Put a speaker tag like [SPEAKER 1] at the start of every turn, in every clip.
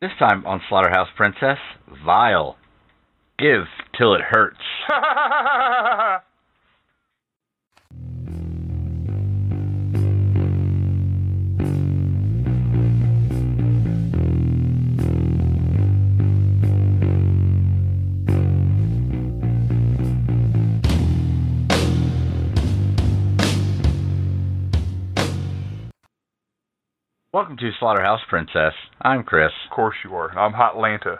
[SPEAKER 1] This time on Slaughterhouse Princess, Vile. Give till it hurts. Welcome to Slaughterhouse Princess. I'm Chris.
[SPEAKER 2] Of course you are. I'm Hot Lanta.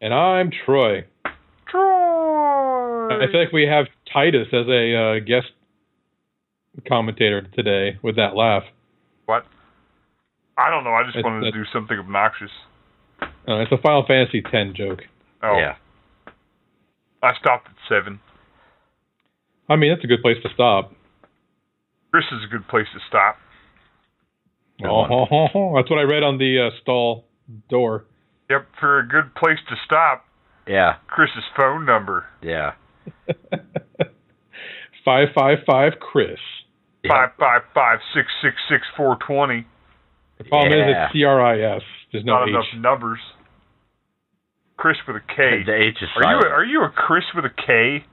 [SPEAKER 3] And I'm Troy.
[SPEAKER 2] Troy.
[SPEAKER 3] I feel like we have Titus as a uh, guest commentator today with that laugh.
[SPEAKER 2] What? I don't know. I just
[SPEAKER 3] It's-
[SPEAKER 2] wanted to do
[SPEAKER 3] it's-
[SPEAKER 2] something obnoxious.
[SPEAKER 3] Uh, it's a Final Fantasy X joke.
[SPEAKER 2] Oh,
[SPEAKER 1] Yeah.
[SPEAKER 2] I stopped at seven.
[SPEAKER 3] I mean, that's a good place to stop.
[SPEAKER 2] Chris is a good place to stop.
[SPEAKER 1] Good
[SPEAKER 3] Oh,
[SPEAKER 1] one.
[SPEAKER 3] ho, ho, ho. That's what I read on the uh, stall door.
[SPEAKER 2] Yep, for a good place to stop,
[SPEAKER 1] Yeah.
[SPEAKER 2] Chris's phone number
[SPEAKER 1] Yeah.
[SPEAKER 3] Five five five Chris.
[SPEAKER 1] Yep.
[SPEAKER 2] five five five six six six four twenty.
[SPEAKER 3] The problem is
[SPEAKER 1] Yeah.
[SPEAKER 3] it's C R I S. There's no
[SPEAKER 2] Not enough
[SPEAKER 3] H.
[SPEAKER 2] numbers. Chris with a K.
[SPEAKER 1] The H is
[SPEAKER 2] Are you
[SPEAKER 1] silent.
[SPEAKER 2] a, are you a Chris with a K?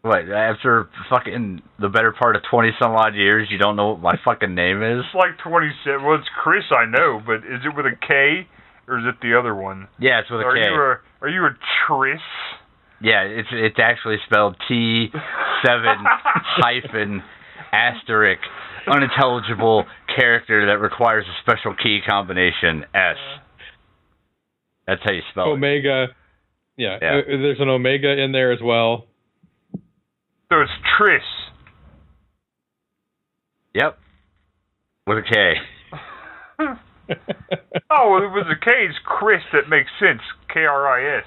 [SPEAKER 1] What, after fucking the better part of 20 some odd years, you don't know what my fucking name is?
[SPEAKER 2] It's like twenty seven. Well, it's Chris, I know, but is it with a K or is it the other one?
[SPEAKER 1] Yeah, it's with a K.
[SPEAKER 2] Are you a are you a Tris?
[SPEAKER 1] Yeah, it's it's actually spelled T seven hyphen asterisk unintelligible character that requires a special key combination S. That's how you
[SPEAKER 3] Oh,
[SPEAKER 1] spell it.
[SPEAKER 3] Omega. Yeah.
[SPEAKER 1] Yeah.
[SPEAKER 3] uh, There's an Omega in there as well.
[SPEAKER 2] So it's Tris.
[SPEAKER 1] Yep. With a K.
[SPEAKER 2] Oh, well, it was a K. It's Chris. That makes sense. K R I S.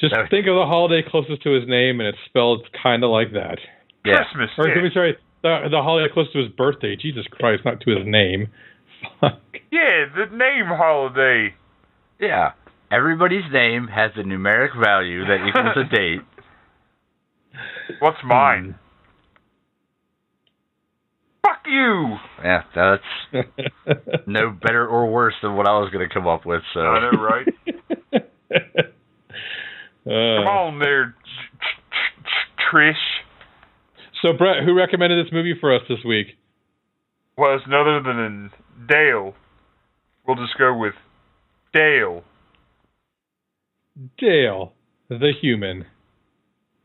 [SPEAKER 3] Just
[SPEAKER 1] Okay.
[SPEAKER 3] think of the holiday closest to his name, and it's spelled kind of like that.
[SPEAKER 1] Yeah.
[SPEAKER 2] Christmas.
[SPEAKER 3] Or
[SPEAKER 2] yeah.
[SPEAKER 3] excuse me, sorry, the, the holiday close to his birthday. Jesus Christ, not to his name. Fuck.
[SPEAKER 2] yeah, the name holiday.
[SPEAKER 1] Yeah. Everybody's name has a numeric value that equals a date.
[SPEAKER 2] What's
[SPEAKER 1] Hmm.
[SPEAKER 2] mine? Fuck you.
[SPEAKER 1] Yeah, that's
[SPEAKER 3] Hmm.
[SPEAKER 1] no better or worse than what I was gonna come up with, so
[SPEAKER 2] I know, right? Come
[SPEAKER 3] Uh,
[SPEAKER 2] on there, Tr- Tr- Tr- Trish.
[SPEAKER 3] so Brett, who recommended this movie for us this week?
[SPEAKER 2] was none other than Dale. We'll just go with Dale.
[SPEAKER 3] Dale, the human.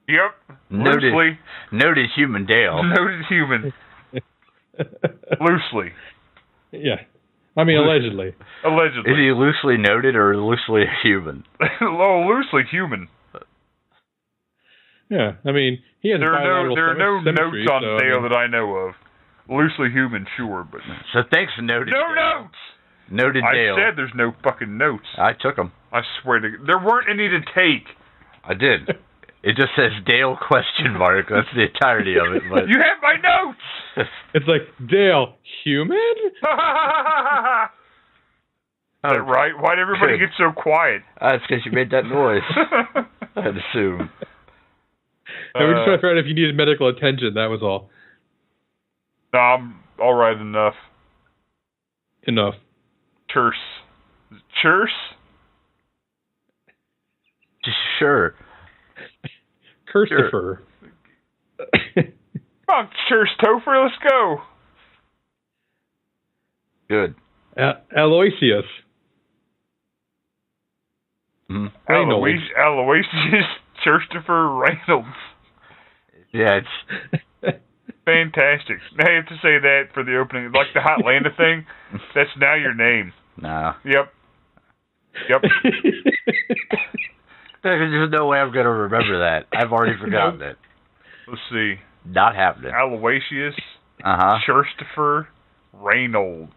[SPEAKER 2] Yep.
[SPEAKER 1] noted Oh.
[SPEAKER 2] Loosely.
[SPEAKER 1] noted human Dale.
[SPEAKER 2] Noted human. Loosely.
[SPEAKER 3] yeah, I mean allegedly.
[SPEAKER 1] Is
[SPEAKER 2] Allegedly.
[SPEAKER 1] he loosely noted or loosely human?
[SPEAKER 2] oh, loosely human.
[SPEAKER 3] Yeah, I mean he has.
[SPEAKER 2] There are no
[SPEAKER 3] bilateral
[SPEAKER 2] there are no
[SPEAKER 3] symmetry,
[SPEAKER 2] notes on
[SPEAKER 3] so, um, I
[SPEAKER 2] Dale
[SPEAKER 3] mean,
[SPEAKER 2] that I know of. Loosely human, sure, but
[SPEAKER 1] So thanks, noted.
[SPEAKER 2] no
[SPEAKER 1] Dale.
[SPEAKER 2] notes.
[SPEAKER 1] Noted
[SPEAKER 2] I
[SPEAKER 1] Dale.
[SPEAKER 2] said there's no fucking notes.
[SPEAKER 1] I took him.
[SPEAKER 2] I swear to there weren't any to take.
[SPEAKER 1] I did. It just says Dale question mark. That's the entirety of it. But
[SPEAKER 2] You have my notes.
[SPEAKER 3] It's like Dale, human.
[SPEAKER 2] Is that right? Why'd everybody
[SPEAKER 1] Good.
[SPEAKER 2] get so quiet?
[SPEAKER 1] Uh, it's because Oh, you made that noise. I'd assume.
[SPEAKER 3] and we
[SPEAKER 2] Uh,
[SPEAKER 3] just trying to figure out if you needed medical attention. That was all.
[SPEAKER 2] No, I'm all right enough.
[SPEAKER 3] Enough.
[SPEAKER 2] Churse. Churse?
[SPEAKER 1] Sure.
[SPEAKER 3] Christopher.
[SPEAKER 2] Come on, Churse Topher, let's go.
[SPEAKER 1] Good.
[SPEAKER 3] A- Aloysius.
[SPEAKER 1] hmm
[SPEAKER 3] Reynolds.
[SPEAKER 2] Alois, Aloysius Churchtofer Reynolds.
[SPEAKER 1] Yeah, it's
[SPEAKER 2] Fantastic. Now you have to say that for the opening. Like the Hot Landa thing, that's now your name.
[SPEAKER 1] nah.
[SPEAKER 2] Yep. Yep.
[SPEAKER 1] There's no way I'm gonna remember that. I've already forgotten it.
[SPEAKER 2] Let's see.
[SPEAKER 1] Not happening.
[SPEAKER 2] Aloysius
[SPEAKER 1] Uh huh.
[SPEAKER 2] Churchtofer Reynolds.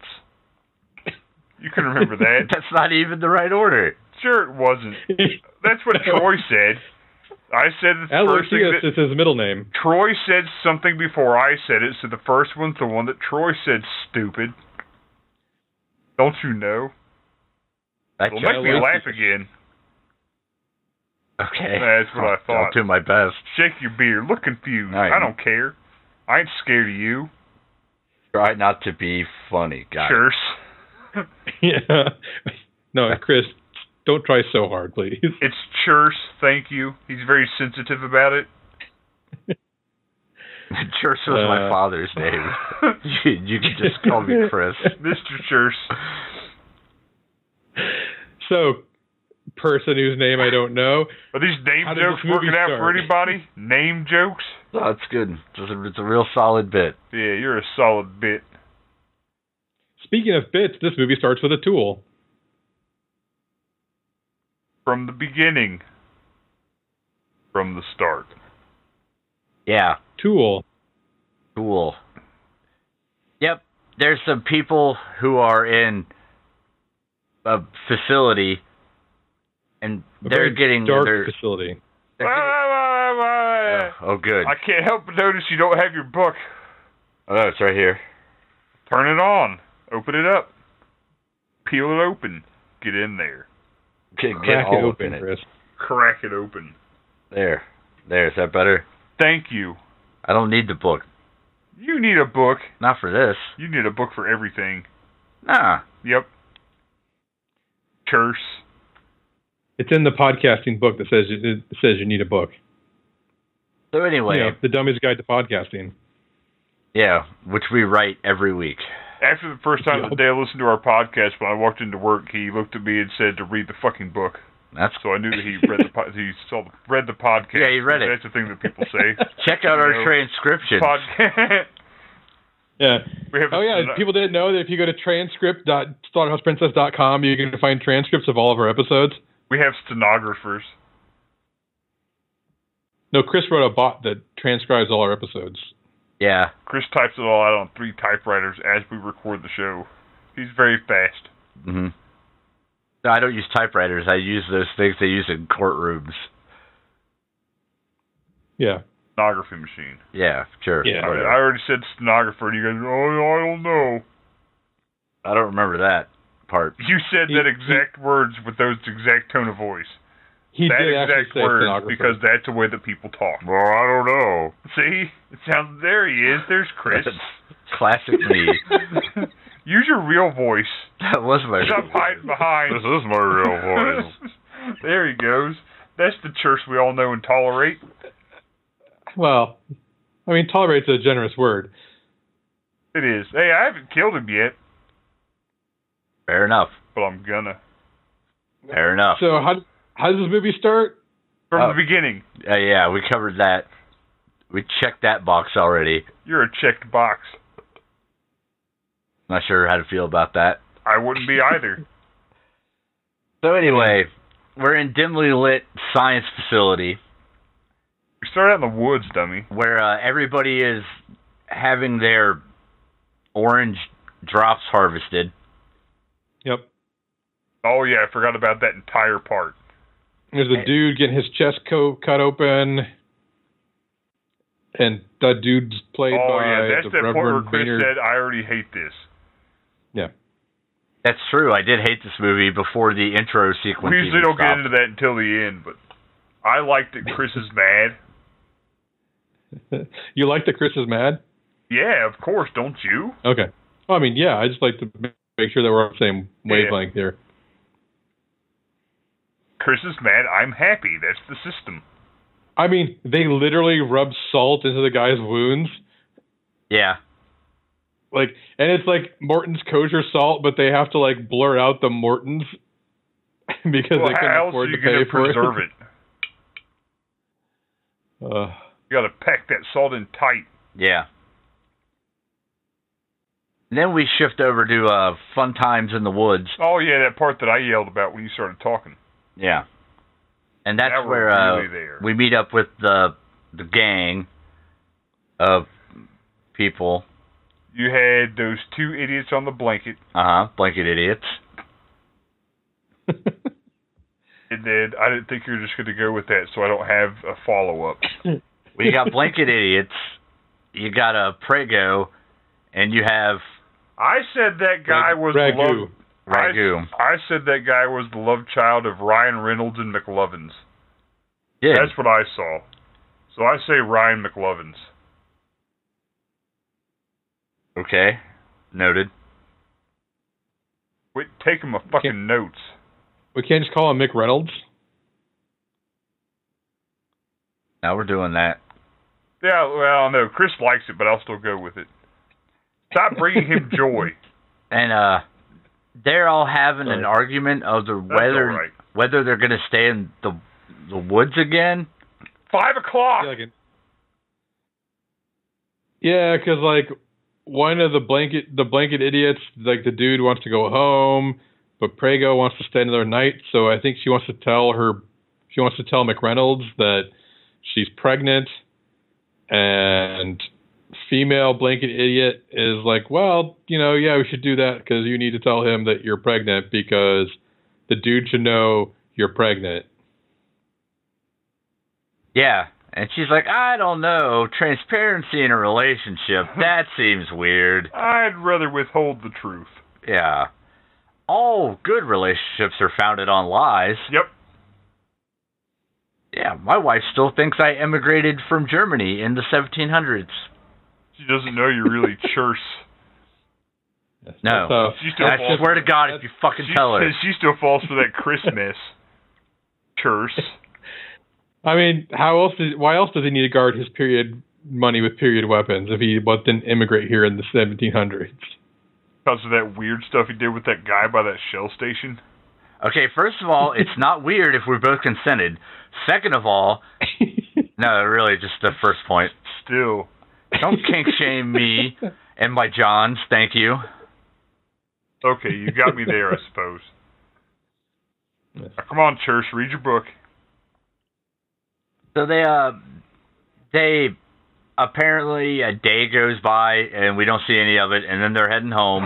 [SPEAKER 2] You can remember that.
[SPEAKER 1] That's not even the right order.
[SPEAKER 2] Sure, it wasn't. That's what Troy said. I said the first thing
[SPEAKER 3] Aloysius
[SPEAKER 2] that,
[SPEAKER 3] is his middle name.
[SPEAKER 2] Troy said something before I said it, so the first one's the one that Troy said, stupid. Don't you know?
[SPEAKER 1] That
[SPEAKER 2] It'll
[SPEAKER 1] just-
[SPEAKER 2] make me
[SPEAKER 3] Aloysius.
[SPEAKER 2] laugh again.
[SPEAKER 1] okay.
[SPEAKER 2] That's what I
[SPEAKER 1] I'll
[SPEAKER 2] thought.
[SPEAKER 1] do my best.
[SPEAKER 2] Shake your beard. Look confused.
[SPEAKER 1] All right.
[SPEAKER 2] I don't care. I ain't scared of you.
[SPEAKER 1] Try not to be funny, guys.
[SPEAKER 2] Sure.
[SPEAKER 3] yeah. No, Chris, don't try so hard, please.
[SPEAKER 2] It's Churse, thank you. He's very sensitive about it.
[SPEAKER 1] Church was my
[SPEAKER 3] Uh.
[SPEAKER 1] father's name. You, you can just call me Chris.
[SPEAKER 2] Mr. Churse.
[SPEAKER 3] So, person whose name I don't know.
[SPEAKER 2] Are these name
[SPEAKER 3] How did
[SPEAKER 2] jokes
[SPEAKER 3] this movie
[SPEAKER 2] working out for
[SPEAKER 3] start?
[SPEAKER 2] anybody? Name jokes?
[SPEAKER 1] Oh, it's good. It's a, it's a real solid bit.
[SPEAKER 2] Yeah, you're a solid bit.
[SPEAKER 3] Speaking of bits, this movie starts with a tool.
[SPEAKER 2] From the beginning. From the start.
[SPEAKER 1] Yeah,
[SPEAKER 3] Tool.
[SPEAKER 1] cool. Yep, there's some people who are in a facility, and
[SPEAKER 3] A
[SPEAKER 1] they're
[SPEAKER 3] very
[SPEAKER 1] getting
[SPEAKER 3] dark
[SPEAKER 1] their.
[SPEAKER 3] facility.
[SPEAKER 1] they're getting- oh, oh, good.
[SPEAKER 2] I can't help but notice you don't have your book.
[SPEAKER 1] Oh, it's right here.
[SPEAKER 2] Turn it on. Open it up. Peel it open. Get in there.
[SPEAKER 1] Get, get
[SPEAKER 3] Crack it
[SPEAKER 1] all up in
[SPEAKER 3] open,
[SPEAKER 1] it.
[SPEAKER 3] Chris.
[SPEAKER 2] Crack it open.
[SPEAKER 1] There, there. Is that better?
[SPEAKER 2] Thank you.
[SPEAKER 1] I don't need the book.
[SPEAKER 2] You need a book.
[SPEAKER 1] Not for this.
[SPEAKER 2] You need a book for everything.
[SPEAKER 1] Nah.
[SPEAKER 2] Yep. Curse.
[SPEAKER 3] It's in the podcasting book that says it says you need a book.
[SPEAKER 1] So
[SPEAKER 3] You
[SPEAKER 1] anyway,
[SPEAKER 3] know, the Dummy's Guide to Podcasting.
[SPEAKER 1] yeah, which we write every week.
[SPEAKER 2] After the first time
[SPEAKER 3] Yep.
[SPEAKER 2] that Dale listened to our podcast, when I walked into work, he looked at me and said to read the fucking book.
[SPEAKER 1] That's
[SPEAKER 2] So I knew that he read the po- he saw the, read the podcast.
[SPEAKER 1] Yeah, he read it.
[SPEAKER 2] That's the thing that people say.
[SPEAKER 1] check out our
[SPEAKER 2] No.
[SPEAKER 1] transcription.
[SPEAKER 2] podcast.
[SPEAKER 3] Yeah.
[SPEAKER 2] we have
[SPEAKER 3] Oh yeah. if People didn't know that if you go to transcript.slaughterhouseprincess.com, you can find transcripts of all of our episodes.
[SPEAKER 2] we have stenographers.
[SPEAKER 3] No, Chris wrote a bot that transcribes all our episodes.
[SPEAKER 1] Yeah,
[SPEAKER 2] Chris types it all out on three typewriters as we record the show. He's very fast.
[SPEAKER 1] hmm No, I don't use typewriters. I use those things they use in courtrooms.
[SPEAKER 3] Yeah.
[SPEAKER 2] Stenography machine.
[SPEAKER 1] Yeah, sure.
[SPEAKER 3] Oh, Yeah.
[SPEAKER 2] I,
[SPEAKER 1] whatever.
[SPEAKER 2] I already said stenographer, and you guys, oh, I don't know.
[SPEAKER 1] I don't remember that part.
[SPEAKER 2] You said
[SPEAKER 3] He-
[SPEAKER 2] that
[SPEAKER 3] he-
[SPEAKER 2] exact words with those exact tone of voice.
[SPEAKER 3] He
[SPEAKER 2] that
[SPEAKER 3] did actually
[SPEAKER 2] exact
[SPEAKER 3] say
[SPEAKER 2] words
[SPEAKER 3] stenographer.
[SPEAKER 2] because that's the way that people talk.
[SPEAKER 1] Well, I don't know.
[SPEAKER 2] See? It sounds there he is. There's Chris.
[SPEAKER 1] Classic me.
[SPEAKER 2] Use your real voice.
[SPEAKER 1] that was my.
[SPEAKER 2] Stop hiding behind.
[SPEAKER 1] is my
[SPEAKER 2] there he goes. That's the church we all know and tolerate.
[SPEAKER 3] well, I mean, tolerate's a generous word.
[SPEAKER 2] It is. Hey, I haven't killed him yet,
[SPEAKER 1] Fair enough.
[SPEAKER 2] but I'm gonna.
[SPEAKER 1] Fair enough.
[SPEAKER 3] So how how does this movie start?
[SPEAKER 2] From
[SPEAKER 1] Oh.
[SPEAKER 2] the beginning,
[SPEAKER 1] Uh, yeah, we covered that. We checked that box already.
[SPEAKER 2] you're a checked box.
[SPEAKER 1] Not sure how to feel about that.
[SPEAKER 2] I wouldn't be either.
[SPEAKER 1] So anyway, we're in dimly lit science facility
[SPEAKER 2] we start out in the woods, dummy.
[SPEAKER 1] where uh, everybody is having their orange drops harvested.
[SPEAKER 3] Yep.
[SPEAKER 2] Oh yeah, I forgot about that entire part.
[SPEAKER 3] There's a dude getting his chest coat cut open, and that dude's played
[SPEAKER 2] oh
[SPEAKER 3] by
[SPEAKER 2] yeah, that's
[SPEAKER 3] the
[SPEAKER 2] that point where
[SPEAKER 3] Reverend
[SPEAKER 2] Chris
[SPEAKER 3] Maynard.
[SPEAKER 2] said, "I already hate this."
[SPEAKER 1] That's true. I did hate this movie before the intro sequence.
[SPEAKER 2] we usually
[SPEAKER 1] even
[SPEAKER 2] don't get
[SPEAKER 1] stopped.
[SPEAKER 2] into that until the end, but I like that Chris is mad.
[SPEAKER 3] you like that Chris is mad?
[SPEAKER 2] Yeah, of course, don't you?
[SPEAKER 3] Okay. Well, I mean, yeah, I just like to ma- make sure that we're on the same wavelength here.
[SPEAKER 2] Chris is mad. I'm happy. That's the system.
[SPEAKER 3] I mean, they literally rub salt into the guy's wounds.
[SPEAKER 1] Yeah,
[SPEAKER 3] Like, and it's like Morton's kosher salt, but they have to like blur out the Morton's because
[SPEAKER 2] Well,
[SPEAKER 3] they
[SPEAKER 2] how
[SPEAKER 3] couldn't
[SPEAKER 2] else
[SPEAKER 3] afford
[SPEAKER 2] are you
[SPEAKER 3] to pay
[SPEAKER 2] gonna
[SPEAKER 3] for
[SPEAKER 2] preserve it?
[SPEAKER 3] Uh,
[SPEAKER 2] You gotta pack that salt in tight.
[SPEAKER 1] yeah. And then we shift over to uh, fun times in the woods.
[SPEAKER 2] Oh yeah, that part that I yelled about when you started talking.
[SPEAKER 1] Yeah, and that's
[SPEAKER 2] Now we're
[SPEAKER 1] where uh,
[SPEAKER 2] really there.
[SPEAKER 1] we meet up with the the gang of people.
[SPEAKER 2] You had those two idiots on the blanket,
[SPEAKER 1] Uh huh. Blanket idiots.
[SPEAKER 2] and then I didn't think you were just gonna go with that, so I don't have a follow up.
[SPEAKER 1] Well, you got blanket idiots. You got a prego, and you have
[SPEAKER 2] I said that guy was the
[SPEAKER 3] ragu.
[SPEAKER 2] love.
[SPEAKER 1] ragu.
[SPEAKER 2] I said that guy was the love child of Ryan Reynolds and McLovins.
[SPEAKER 1] Yeah.
[SPEAKER 2] That's what I saw. So I say Ryan McLovins.
[SPEAKER 1] Okay. Noted.
[SPEAKER 2] Quit taking my fucking
[SPEAKER 3] Can't-
[SPEAKER 2] notes.
[SPEAKER 3] We can't just call him Mick Reynolds.
[SPEAKER 1] Now we're doing that.
[SPEAKER 2] Yeah, well, no, Chris likes it, but I'll still go with it. Stop bringing him joy.
[SPEAKER 1] And uh they're all having an
[SPEAKER 3] Sorry.
[SPEAKER 1] argument of the
[SPEAKER 2] That's
[SPEAKER 1] whether
[SPEAKER 2] all right.
[SPEAKER 1] whether they're gonna stay in the the woods again.
[SPEAKER 2] Five o'clock.
[SPEAKER 3] Yeah, like it- Yeah, because like one of the blanket the blanket idiots, like the dude wants to go home, but Prego wants to stay another night. So I think she wants to tell her she wants to tell McReynolds that she's pregnant, and female blanket idiot is like, well, you know, yeah, we should do that because you need to tell him that you're pregnant because the dude should know you're pregnant.
[SPEAKER 1] Yeah. And she's like, I don't know, transparency in a relationship, that seems weird.
[SPEAKER 2] I'd rather withhold the truth.
[SPEAKER 1] Yeah. All good relationships are founded on lies.
[SPEAKER 2] Yep.
[SPEAKER 1] Yeah, my wife still thinks I emigrated from Germany in the 1700s.
[SPEAKER 2] She doesn't know you really churse.
[SPEAKER 1] No.
[SPEAKER 3] So-
[SPEAKER 2] She still
[SPEAKER 1] I
[SPEAKER 2] falls.
[SPEAKER 1] swear to God, if you fucking
[SPEAKER 2] she,
[SPEAKER 1] tell her.
[SPEAKER 2] she still falls for that Christmas churse.
[SPEAKER 3] I mean, how else? Is, why else does he need to guard his period money with period weapons if he what, didn't immigrate here in the 1700s?
[SPEAKER 2] Because of that weird stuff he did with that guy by that shell station.
[SPEAKER 1] Okay, first of all, it's not weird if we both consented. Second of all, no, really, just the first point.
[SPEAKER 2] Still.
[SPEAKER 1] Don't kink shame me and my Johns, thank you.
[SPEAKER 2] Okay, you got me there, I suppose. Now, come on, church, read your book.
[SPEAKER 1] So they, uh, they apparently a day goes by and we don't see any of it, and then they're heading home.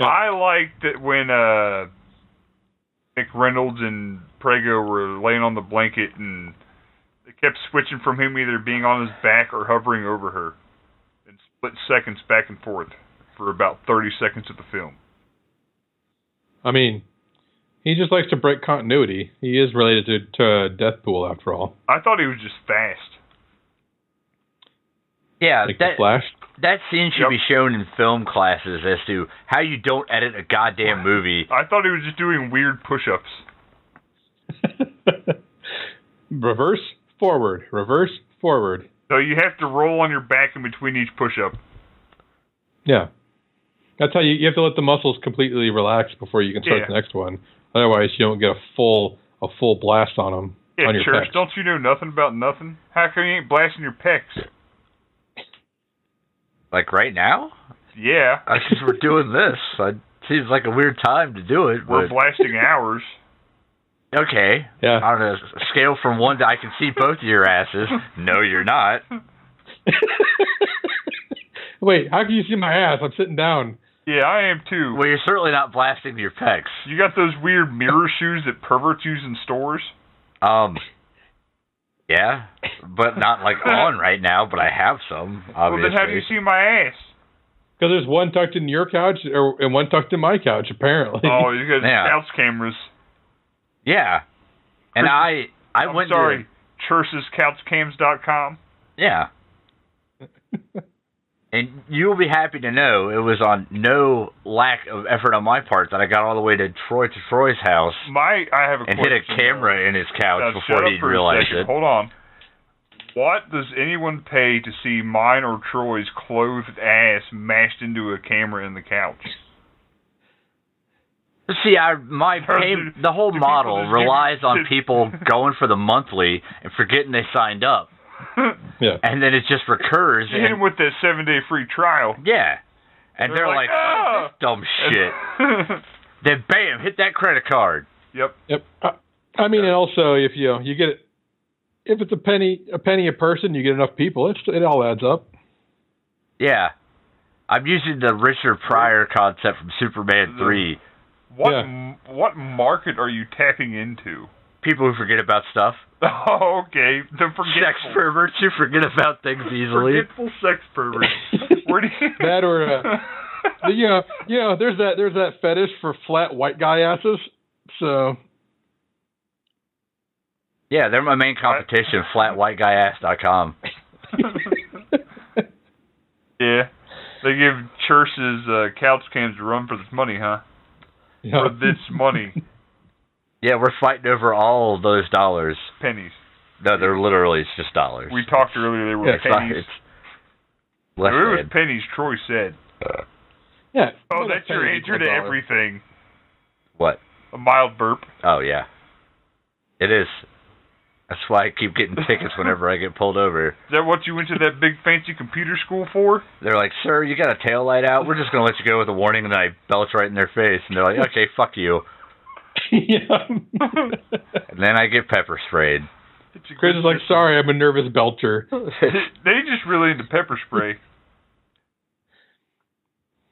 [SPEAKER 2] I liked that when uh, Nick Reynolds and Prego were laying on the blanket and they kept switching from him either being on his back or hovering over her in split seconds back and forth for about 30 seconds of the film.
[SPEAKER 3] I mean, he just likes to break continuity. He is related to, to Deathpool after all.
[SPEAKER 2] I thought he was just fast.
[SPEAKER 1] Yeah,
[SPEAKER 3] Like the
[SPEAKER 1] Uh, that,
[SPEAKER 3] Flash.
[SPEAKER 1] that scene should
[SPEAKER 2] Yep.
[SPEAKER 1] be shown in film classes as to how you don't edit a goddamn movie.
[SPEAKER 2] I thought he was just doing weird push ups.
[SPEAKER 3] reverse forward, reverse forward.
[SPEAKER 2] So you have to roll on your back in between each push up.
[SPEAKER 3] Yeah, that's how you, you have to let the muscles completely relax before you can start
[SPEAKER 2] Yeah.
[SPEAKER 3] the next one. Otherwise, you don't get a full a full blast on them.
[SPEAKER 2] Yeah,
[SPEAKER 3] On your
[SPEAKER 2] church,
[SPEAKER 3] pecs.
[SPEAKER 2] don't you know nothing about nothing? How come you ain't blasting your pecs?
[SPEAKER 1] Like right now?
[SPEAKER 2] Yeah,
[SPEAKER 1] I guess we're doing this. I, seems like a weird time to do it,
[SPEAKER 2] we're
[SPEAKER 1] but
[SPEAKER 2] blasting ours.
[SPEAKER 1] okay.
[SPEAKER 3] Yeah.
[SPEAKER 1] On a scale from one to I can see both of your asses. No, you're not.
[SPEAKER 3] Wait, how can you see my ass? I'm sitting down.
[SPEAKER 2] Yeah, I am too.
[SPEAKER 1] Well, you're certainly not blasting your pecs.
[SPEAKER 2] You got those weird mirror shoes that perverts use in stores?
[SPEAKER 1] Um, yeah, but not like on right now. But I have some. Obviously.
[SPEAKER 2] Well, then how do you see my ass?
[SPEAKER 3] Because there's one tucked in your couch or, and one tucked in my couch, apparently.
[SPEAKER 2] Oh, you got
[SPEAKER 1] Yeah.
[SPEAKER 2] house cameras.
[SPEAKER 1] yeah, and I I
[SPEAKER 2] I'm
[SPEAKER 1] went
[SPEAKER 2] sorry.
[SPEAKER 1] to
[SPEAKER 2] ChursesCouchCams.com.
[SPEAKER 1] yeah. And you'll be happy to know it was on no lack of effort on my part that I got all the way to Troy to Troy's house
[SPEAKER 2] My, I have a
[SPEAKER 1] and hit
[SPEAKER 2] question.
[SPEAKER 1] a camera in his couch
[SPEAKER 2] Now, shut
[SPEAKER 1] before
[SPEAKER 2] up
[SPEAKER 1] he
[SPEAKER 2] for a
[SPEAKER 1] realized
[SPEAKER 2] second.
[SPEAKER 1] it.
[SPEAKER 2] Hold on. What does anyone pay to see mine or Troy's clothed ass mashed into a camera in the couch?
[SPEAKER 1] See, I my
[SPEAKER 2] Or
[SPEAKER 1] pay,
[SPEAKER 2] do-
[SPEAKER 1] the whole
[SPEAKER 2] do people
[SPEAKER 1] model
[SPEAKER 2] just give-
[SPEAKER 1] relies on people going for the monthly and forgetting they signed up,
[SPEAKER 3] Yeah.
[SPEAKER 1] and then it just recurs.
[SPEAKER 2] Hit him
[SPEAKER 1] And,
[SPEAKER 2] with that seven day free trial.
[SPEAKER 1] yeah, and they're,
[SPEAKER 2] They're
[SPEAKER 1] like,
[SPEAKER 2] like, "Ah!"
[SPEAKER 1] "Fuck this dumb shit. then bam, hit that credit card.
[SPEAKER 2] yep.
[SPEAKER 3] Yep. I, I mean, and also if you you get if it's a penny a penny a person, you get enough people. It's it all adds up.
[SPEAKER 1] Yeah, I'm using the Richard Pryor concept from Superman
[SPEAKER 2] The-
[SPEAKER 1] Three.
[SPEAKER 2] What
[SPEAKER 3] Yeah.
[SPEAKER 2] m what market are you tapping into?
[SPEAKER 1] People who forget about stuff,
[SPEAKER 2] Oh, okay. The forgetful.
[SPEAKER 1] sex perverts who forget about things easily.
[SPEAKER 2] Forgetful sex pervert. Where do you...
[SPEAKER 3] That or uh, you know you know there's that there's that fetish for flat white guy asses. So
[SPEAKER 1] Yeah, they're my main competition. Flatwhiteguyass.com.
[SPEAKER 2] Yeah. They give Church's uh, couch cans to run for this money, huh? For
[SPEAKER 3] Yeah.
[SPEAKER 2] this money.
[SPEAKER 1] Yeah, we're fighting over all those dollars.
[SPEAKER 2] Pennies.
[SPEAKER 1] No, they're literally it's just dollars.
[SPEAKER 2] We talked earlier they were
[SPEAKER 3] Yeah,
[SPEAKER 1] It's not-
[SPEAKER 2] pennies.
[SPEAKER 1] it's less
[SPEAKER 2] If it was
[SPEAKER 1] than. uh,
[SPEAKER 2] pennies, Troy said.
[SPEAKER 3] yeah.
[SPEAKER 2] Oh, that's your answer
[SPEAKER 3] Pennies equal
[SPEAKER 2] to
[SPEAKER 3] dollar.
[SPEAKER 2] everything.
[SPEAKER 1] What?
[SPEAKER 2] A mild burp.
[SPEAKER 1] Oh yeah, it is. That's why I keep getting tickets whenever I get pulled over.
[SPEAKER 2] Is that what you went to that big fancy computer school for?
[SPEAKER 1] They're like, "Sir, you got a tail light out. We're just gonna let you go with a warning." And I belch right in their face, and they're like, "Okay, fuck you."
[SPEAKER 3] yeah.
[SPEAKER 1] And then I get pepper sprayed.
[SPEAKER 2] It's a
[SPEAKER 3] Chris
[SPEAKER 2] good
[SPEAKER 3] is like,
[SPEAKER 2] system.
[SPEAKER 3] sorry, I'm a nervous belcher.
[SPEAKER 2] They just really into pepper spray.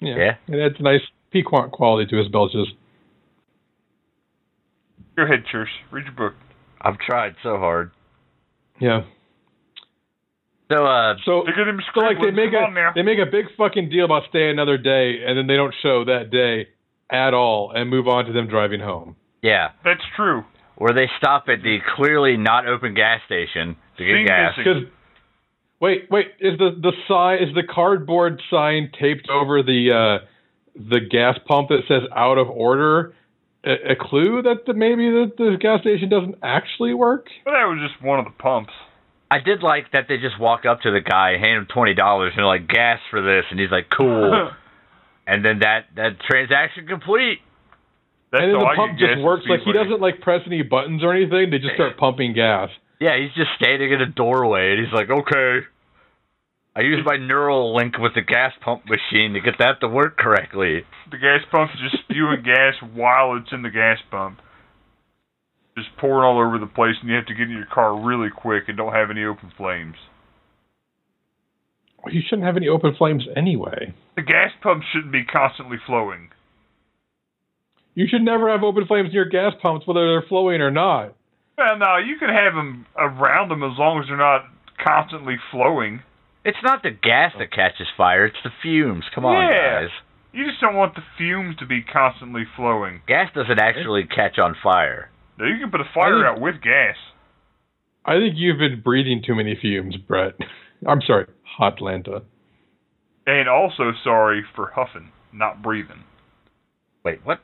[SPEAKER 3] Yeah.
[SPEAKER 1] Yeah.
[SPEAKER 3] It adds nice piquant quality to his belches.
[SPEAKER 2] Go ahead, Church. Read your book.
[SPEAKER 1] I've tried so hard.
[SPEAKER 3] Yeah.
[SPEAKER 1] So, uh,
[SPEAKER 3] So,
[SPEAKER 2] They're gonna be
[SPEAKER 3] so like they
[SPEAKER 2] scribbling.
[SPEAKER 3] make
[SPEAKER 2] Come
[SPEAKER 3] a
[SPEAKER 2] on now.
[SPEAKER 3] they make a big fucking deal about stay another day, and then they don't show that day at all, and move on to them driving home.
[SPEAKER 1] yeah,
[SPEAKER 2] That's true.
[SPEAKER 1] where they stop at the clearly not open gas station to get
[SPEAKER 2] Scene
[SPEAKER 1] gas.
[SPEAKER 2] missing.
[SPEAKER 3] Because wait, wait, is the the sign is the cardboard sign taped over the uh, the gas pump that says out of order? A, a clue that the, maybe the, the gas station doesn't actually work.
[SPEAKER 2] But that was just one of the pumps.
[SPEAKER 1] I did like that they just walk up to the guy, hand him twenty dollars, and they're like, "Gas for this," and he's like, "Cool." and then that that transaction complete.
[SPEAKER 2] That's
[SPEAKER 3] and then
[SPEAKER 2] all
[SPEAKER 3] the
[SPEAKER 2] I
[SPEAKER 3] pump
[SPEAKER 2] could
[SPEAKER 3] just
[SPEAKER 2] guess
[SPEAKER 3] works.
[SPEAKER 2] is
[SPEAKER 3] Like he
[SPEAKER 2] Speedway.
[SPEAKER 3] doesn't like press any buttons or anything. They just start pumping gas.
[SPEAKER 1] Yeah, he's just standing in a doorway, and he's like, "Okay." I used my neural link with the gas pump machine to get that to work correctly.
[SPEAKER 2] The gas pump's just spewing gas while it's in the gas pump. Just pouring all over the place, and you have to get in your car really quick and don't have any open flames.
[SPEAKER 3] Well, you shouldn't have any open flames anyway.
[SPEAKER 2] The gas pump shouldn't be constantly flowing.
[SPEAKER 3] You should never have open flames near gas pumps, whether they're flowing or not.
[SPEAKER 2] Well, no, you can have them around them as long as they're not constantly flowing.
[SPEAKER 1] It's not the gas that catches fire; it's the fumes. Come on,
[SPEAKER 2] Yeah.
[SPEAKER 1] guys.
[SPEAKER 2] You just don't want the fumes to be constantly flowing.
[SPEAKER 1] Gas doesn't actually catch on fire.
[SPEAKER 2] Now, you can put a fire
[SPEAKER 3] Really?
[SPEAKER 2] out with gas.
[SPEAKER 3] I think you've been breathing too many fumes, Brett. I'm sorry, Hotlanta.
[SPEAKER 2] And also, sorry for huffing, not breathing.
[SPEAKER 1] Wait, what?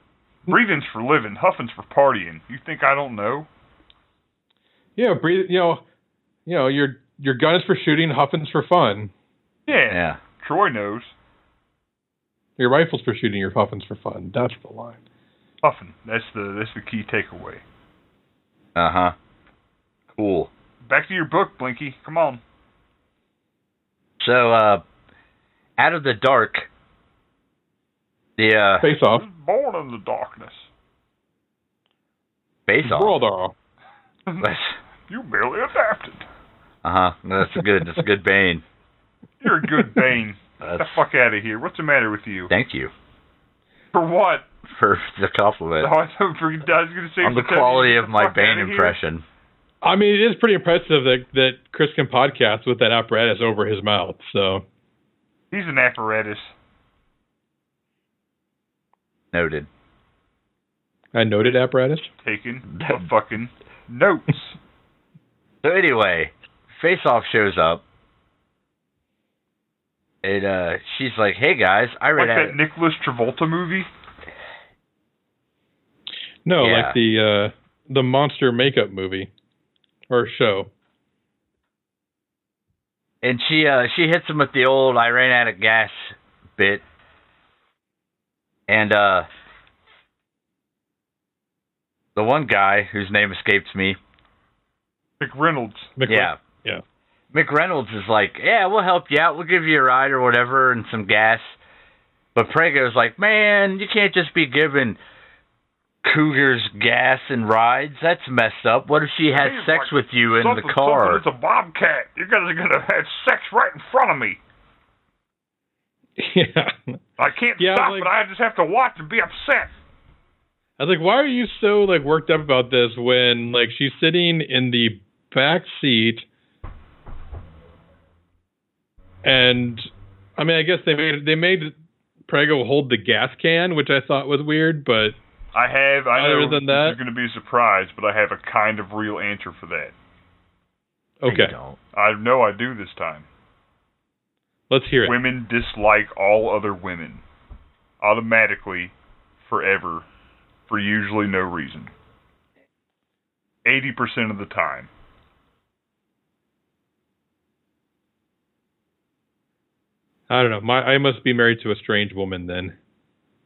[SPEAKER 2] Breathing's for living, huffing's for partying. You think I don't know?
[SPEAKER 3] Yeah, breathe. You know, you know your your gun is for shooting, huffing's for fun.
[SPEAKER 2] Yeah,
[SPEAKER 1] Yeah.
[SPEAKER 2] Troy knows.
[SPEAKER 3] Your rifle's for shooting, your huffin's for fun. That's the line.
[SPEAKER 2] Huffing. That's the that's the key takeaway.
[SPEAKER 1] Uh huh. Cool.
[SPEAKER 2] Back to your book, Blinky. Come on.
[SPEAKER 1] So, uh, out of the dark, the uh,
[SPEAKER 3] Face
[SPEAKER 2] I
[SPEAKER 3] off.
[SPEAKER 2] was born in the darkness.
[SPEAKER 1] base off.
[SPEAKER 3] World off.
[SPEAKER 2] You barely adapted.
[SPEAKER 1] Uh huh. Uh-huh. That's a good. That's a good bane.
[SPEAKER 2] You're a good Bane. Get the
[SPEAKER 1] That's,
[SPEAKER 2] fuck out of here. What's the matter with you?
[SPEAKER 1] thank you
[SPEAKER 2] For what?
[SPEAKER 1] for the
[SPEAKER 2] Oh,
[SPEAKER 1] compliment
[SPEAKER 2] I thought for- I was gonna say
[SPEAKER 1] on the
[SPEAKER 2] for telling
[SPEAKER 1] quality
[SPEAKER 2] you
[SPEAKER 1] of
[SPEAKER 2] to get the
[SPEAKER 1] my
[SPEAKER 2] fuck
[SPEAKER 1] bane
[SPEAKER 2] outta here.
[SPEAKER 1] impression.
[SPEAKER 3] I mean, it is pretty impressive that that Chris can podcast with that apparatus over his mouth. So
[SPEAKER 2] He's an apparatus.
[SPEAKER 1] Noted.
[SPEAKER 3] I noted apparatus.
[SPEAKER 2] Taking the fucking notes.
[SPEAKER 1] So anyway, Face Off shows up, and uh, she's like, "Hey guys, I
[SPEAKER 2] like
[SPEAKER 1] read out-
[SPEAKER 2] that Nicholas Travolta movie.
[SPEAKER 3] No,
[SPEAKER 1] Yeah.
[SPEAKER 3] like the uh, the monster makeup movie or show.
[SPEAKER 1] and she uh she hits him with the old I ran out of gas bit. And uh the one guy whose name escapes me.
[SPEAKER 2] McReynolds.
[SPEAKER 3] Mc-
[SPEAKER 1] Yeah.
[SPEAKER 3] yeah.
[SPEAKER 1] McReynolds is like, Yeah, we'll help you out, we'll give you a ride or whatever and some gas. But Prego's like, Man, you can't just be giving Cougars gas and rides. That's messed up. What if she has
[SPEAKER 2] He's
[SPEAKER 1] sex
[SPEAKER 2] like,
[SPEAKER 1] with you in
[SPEAKER 2] something,
[SPEAKER 1] the car?
[SPEAKER 2] Something. It's a bobcat. You guys are gonna have sex right in front of me.
[SPEAKER 3] Yeah.
[SPEAKER 2] I can't
[SPEAKER 3] Yeah,
[SPEAKER 2] stop
[SPEAKER 3] like-
[SPEAKER 2] it. I just have to watch and be upset.
[SPEAKER 3] I was like, why are you so like worked up about this when like she's sitting in the back seat and I mean I guess they made they made Prego hold the gas can, which I thought was weird, but
[SPEAKER 2] I have. I
[SPEAKER 3] Other
[SPEAKER 2] know
[SPEAKER 3] than
[SPEAKER 2] this
[SPEAKER 3] that-
[SPEAKER 2] is going to be a surprise, but I have a kind of real answer for that.
[SPEAKER 1] No, you
[SPEAKER 3] okay.
[SPEAKER 1] don't.
[SPEAKER 2] I know I do this time.
[SPEAKER 3] Let's hear it.
[SPEAKER 2] Women dislike all other women automatically, forever, for usually no reason. 80% of the time.
[SPEAKER 3] I don't know. My I must be married to a strange woman then.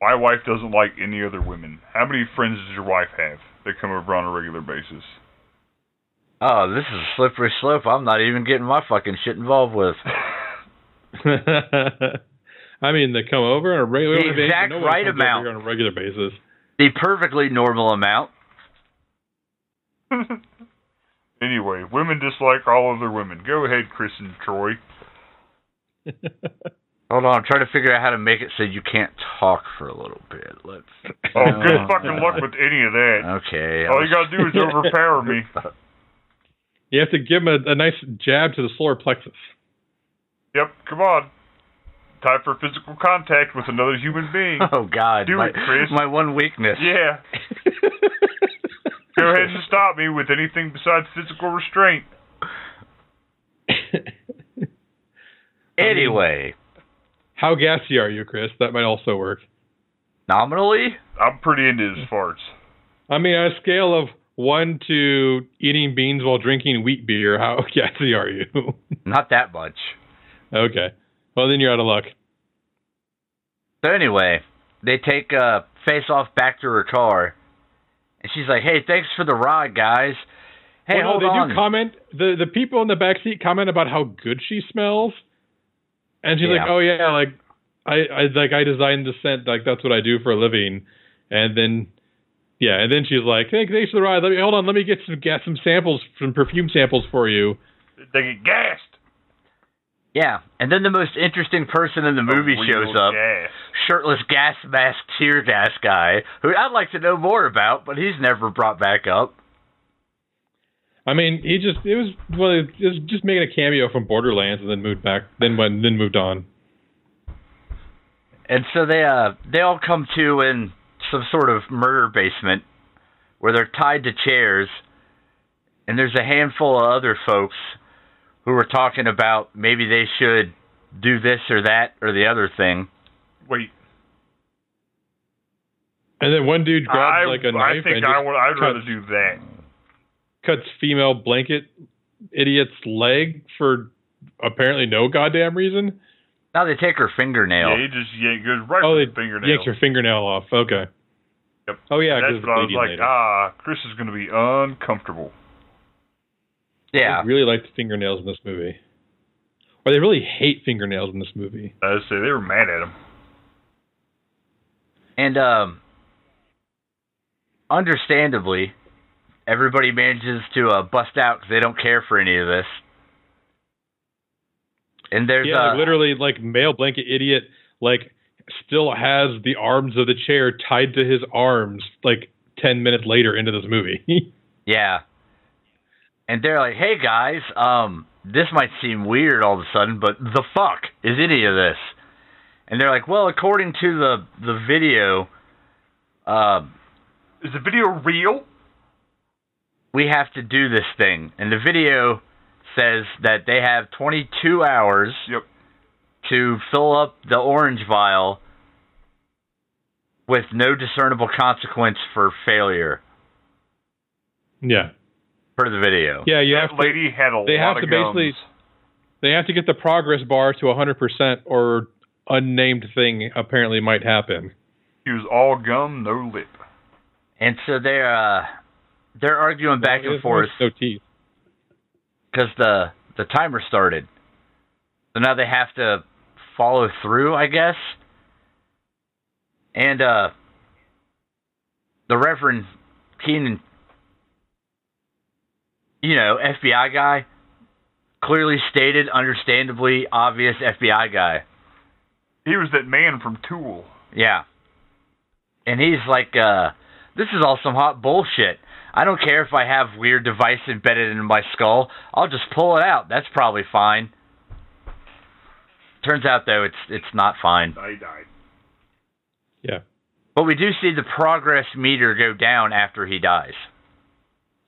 [SPEAKER 2] My wife doesn't like any other women. How many friends does your wife have that come over on a regular basis?
[SPEAKER 1] Oh, this is a slippery slope. I'm not even getting my fucking shit involved with.
[SPEAKER 3] I mean, they come over on a regular
[SPEAKER 1] The
[SPEAKER 3] basis.
[SPEAKER 1] exact
[SPEAKER 3] No one
[SPEAKER 1] right
[SPEAKER 3] comes over
[SPEAKER 1] amount.
[SPEAKER 3] here on a regular basis.
[SPEAKER 1] The perfectly normal amount.
[SPEAKER 2] anyway, women dislike all other women. Go ahead, Chris and Troy.
[SPEAKER 1] Hold on, I'm trying to figure out how to make it so you can't talk for a little bit. Let's.
[SPEAKER 2] Oh, good fucking luck with any of that.
[SPEAKER 1] Okay.
[SPEAKER 2] All Oh, you gotta do is overpower me.
[SPEAKER 3] You have to give him a, a nice jab to the solar plexus.
[SPEAKER 2] Yep, come on. Time for physical contact with another human being.
[SPEAKER 1] Oh God,
[SPEAKER 2] Do
[SPEAKER 1] my,
[SPEAKER 2] it, Chris.
[SPEAKER 1] my one weakness.
[SPEAKER 2] Yeah, go ahead and stop me with anything besides physical restraint.
[SPEAKER 1] Anyway,
[SPEAKER 3] How gassy are you, Chris? That might also work.
[SPEAKER 1] nominally,
[SPEAKER 2] I'm pretty into his farts.
[SPEAKER 3] I mean, on a scale of one to eating beans while drinking wheat beer, how gassy are you?
[SPEAKER 1] not that much.
[SPEAKER 3] okay. Well, then you're out of luck.
[SPEAKER 1] So anyway, they take uh, face off back to her car, and she's like, "Hey, thanks for the ride, guys. Hey,
[SPEAKER 3] Well, no,
[SPEAKER 1] hold
[SPEAKER 3] they
[SPEAKER 1] on."
[SPEAKER 3] do comment. The the people in the back seat comment about how good she smells, and she's like,
[SPEAKER 1] Yeah.
[SPEAKER 3] "Oh yeah, like I, I like I designed the scent. Like that's what I do for a living." And then, yeah, and then she's like, "Hey, thanks for the ride. Let me hold on. Let me get some get some samples, some perfume samples for you."
[SPEAKER 2] They get gassed.
[SPEAKER 1] yeah, and then the most interesting person in the movie
[SPEAKER 2] A real
[SPEAKER 1] shows up,
[SPEAKER 2] Gas.
[SPEAKER 1] shirtless gas mask tear gas guy, who I'd like to know more about, but he's never brought back up.
[SPEAKER 3] I mean, he just it was well, it was just making a cameo from Borderlands, and then moved back, then went, then moved on.
[SPEAKER 1] And so they uh they all come to in some sort of murder basement where they're tied to chairs and there's a handful of other folks who are talking about maybe they should do this or that or the other thing.
[SPEAKER 2] Wait,
[SPEAKER 3] And then one dude grabs
[SPEAKER 2] I,
[SPEAKER 3] like a
[SPEAKER 2] I
[SPEAKER 3] knife
[SPEAKER 2] think
[SPEAKER 3] and
[SPEAKER 2] I
[SPEAKER 3] just
[SPEAKER 2] would. I'd rather
[SPEAKER 3] cuts-
[SPEAKER 2] do that.
[SPEAKER 3] cuts female blanket idiot's leg for apparently no goddamn reason.
[SPEAKER 1] Now they take her fingernail.
[SPEAKER 2] Yeah, he just yank, goes right
[SPEAKER 3] Oh,
[SPEAKER 2] with
[SPEAKER 3] they
[SPEAKER 2] the fingernail.
[SPEAKER 3] Yanks her fingernail off. Okay.
[SPEAKER 2] Yep.
[SPEAKER 3] Oh yeah,
[SPEAKER 2] That's
[SPEAKER 3] because
[SPEAKER 2] what I was like. Ah, Chris is gonna be uncomfortable.
[SPEAKER 1] Yeah.
[SPEAKER 3] really like the fingernails in this movie. Or they really hate fingernails in this movie.
[SPEAKER 2] I would say they were mad at him.
[SPEAKER 1] And um understandably everybody manages to uh, bust out cuz they don't care for any of this. And there's
[SPEAKER 3] yeah, like,
[SPEAKER 1] uh,
[SPEAKER 3] literally, like male blanket idiot, like still has the arms of the chair tied to his arms, like ten minutes later into this movie.
[SPEAKER 1] Yeah. And they're like, "Hey guys, um, this might seem weird all of a sudden, but the fuck is any of this?" And they're like, "Well, according to the the video, uh,
[SPEAKER 2] Is the video real?
[SPEAKER 1] we have to do this thing." And the video says that they have 22 hours
[SPEAKER 2] Yep.
[SPEAKER 1] to fill up the orange vial with no discernible consequence for failure
[SPEAKER 3] yeah,
[SPEAKER 1] per the video.
[SPEAKER 3] yeah, you have
[SPEAKER 2] that
[SPEAKER 3] to.
[SPEAKER 2] lady had a
[SPEAKER 3] they
[SPEAKER 2] lot
[SPEAKER 3] have
[SPEAKER 2] of
[SPEAKER 3] to basically-
[SPEAKER 2] gums.
[SPEAKER 3] They have to get the progress bar to 100% or unnamed thing apparently might happen.
[SPEAKER 2] He was all gum, no lip.
[SPEAKER 1] And so they're uh, they're arguing back
[SPEAKER 3] There's
[SPEAKER 1] and forth.
[SPEAKER 3] No teeth.
[SPEAKER 1] because the the timer started. So now they have to follow through, I guess. And uh, the Reverend Keenan, you know, FBI guy, clearly stated, understandably obvious FBI guy.
[SPEAKER 2] He was that man from Tool.
[SPEAKER 1] Yeah. And he's like, uh, this is all some hot bullshit. I don't care if I have weird device embedded in my skull. I'll just pull it out. That's probably fine. Turns out though it's it's not fine.
[SPEAKER 2] I died.
[SPEAKER 3] Yeah.
[SPEAKER 1] But we do see the progress meter go down after he dies.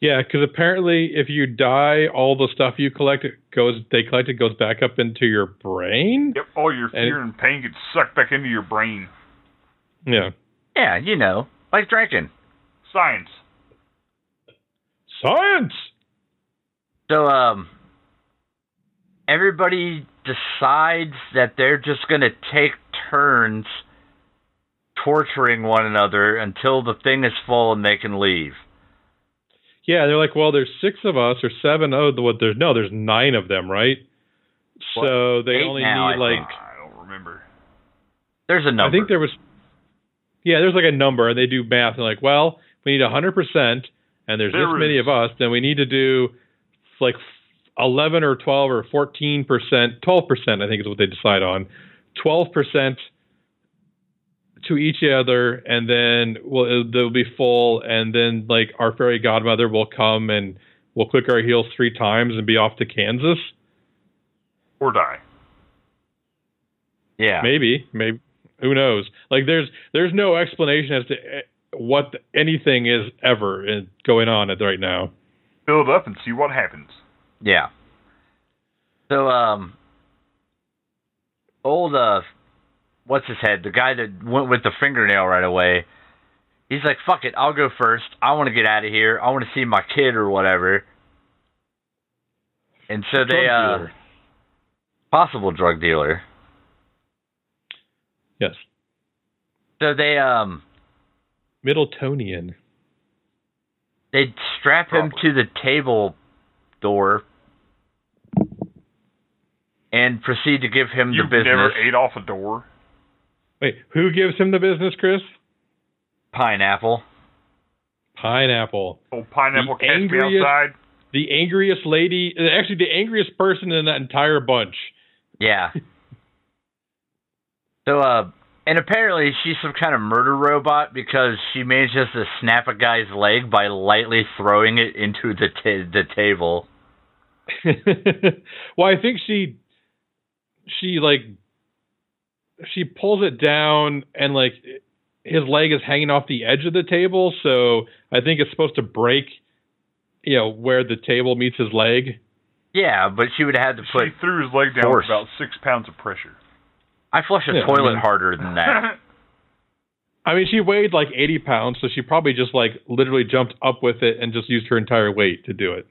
[SPEAKER 3] Yeah, because apparently, if you die, all the stuff you collect it goes they collected goes back up into your brain.
[SPEAKER 2] Yep, all your fear and, pain gets sucked back into your brain.
[SPEAKER 3] Yeah,
[SPEAKER 1] Yeah, you know, like drinking.
[SPEAKER 2] Science.
[SPEAKER 3] science.
[SPEAKER 1] So, um, everybody decides that they're just going to take turns torturing one another until the thing is full and they can leave.
[SPEAKER 3] Yeah, they're like, well, there's six of us or seven. Oh, the, what? There's no, there's nine of them, right? So they
[SPEAKER 1] Eight
[SPEAKER 3] only
[SPEAKER 1] now,
[SPEAKER 3] need
[SPEAKER 1] I
[SPEAKER 3] like
[SPEAKER 1] think.
[SPEAKER 2] Ah, I don't remember.
[SPEAKER 1] There's a number.
[SPEAKER 3] I think there was. Yeah, there's like a number, and they do math. And like, well, we need 100 percent, and there's this
[SPEAKER 2] There
[SPEAKER 3] many
[SPEAKER 2] is-
[SPEAKER 3] of us. Then we need to do like 11 or 12 or 14 percent, 12 percent, I think is what they decide on. 12 percent to each other, and then well, it- they'll be full, and then like our fairy godmother will come and we'll click our heels three times and be off to Kansas.
[SPEAKER 2] Or die.
[SPEAKER 1] yeah.
[SPEAKER 3] Maybe, maybe. Who knows? Like, there's there's no explanation as to eh, what th- anything is ever in- going on at right now.
[SPEAKER 2] Build up and see what happens.
[SPEAKER 1] Yeah. So, um, old, uh, what's his head? The guy that went with the fingernail right away. He's like, fuck it, I'll go first. I want to get out of here. I want to see my kid or whatever. And so they,
[SPEAKER 3] Drug
[SPEAKER 1] uh,
[SPEAKER 3] dealer.
[SPEAKER 1] possible drug dealer.
[SPEAKER 3] yes,
[SPEAKER 1] So they, um,
[SPEAKER 3] Middletonian.
[SPEAKER 1] they strap him
[SPEAKER 2] Probably.
[SPEAKER 1] to the table door and proceed to give him
[SPEAKER 2] You've
[SPEAKER 1] the business.
[SPEAKER 2] never ate off a door.
[SPEAKER 3] Wait, who gives him the business, Chris?
[SPEAKER 1] pineapple.
[SPEAKER 3] Pineapple,
[SPEAKER 2] Old pineapple
[SPEAKER 3] The
[SPEAKER 2] catch me
[SPEAKER 3] angriest-
[SPEAKER 2] outside.
[SPEAKER 3] the angriest lady, eh, actually the angriest person in that entire bunch.
[SPEAKER 1] Yeah. so, uh, and apparently she's some kind of murder robot because she manages to snap a guy's leg by lightly throwing it into the ta- the table.
[SPEAKER 3] well, I think she, she like, she pulls it down and like his leg is hanging off the edge of the table, so I think it's supposed to break, you know, where the table meets his leg.
[SPEAKER 1] Yeah, but she would have had to put.
[SPEAKER 2] She threw his leg down
[SPEAKER 1] force.
[SPEAKER 2] with about six pounds of pressure.
[SPEAKER 1] I flush a
[SPEAKER 3] Yeah, I
[SPEAKER 1] toilet
[SPEAKER 3] mean-
[SPEAKER 1] harder than that.
[SPEAKER 3] I mean, she weighed like 80 pounds, so she probably just like literally jumped up with it and just used her entire weight to do it.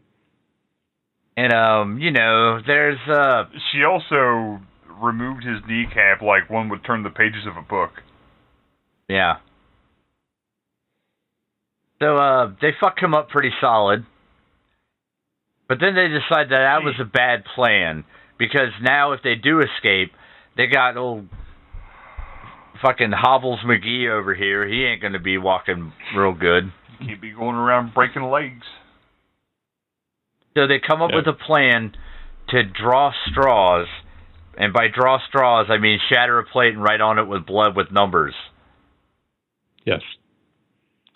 [SPEAKER 1] and um, you know, there's uh,
[SPEAKER 2] she also removed his kneecap like one would turn the pages of a book.
[SPEAKER 1] yeah. So uh, they fuck him up pretty solid. But then they decide that that was a bad plan because now if they do escape, they got old fucking Hobbles McGee over here. He ain't gonna be walking real good.
[SPEAKER 2] You can't be going around breaking legs.
[SPEAKER 1] So they come up
[SPEAKER 3] Yeah.
[SPEAKER 1] with a plan to draw straws, and by draw straws I mean shatter a plate and write on it with blood with numbers.
[SPEAKER 3] Yes.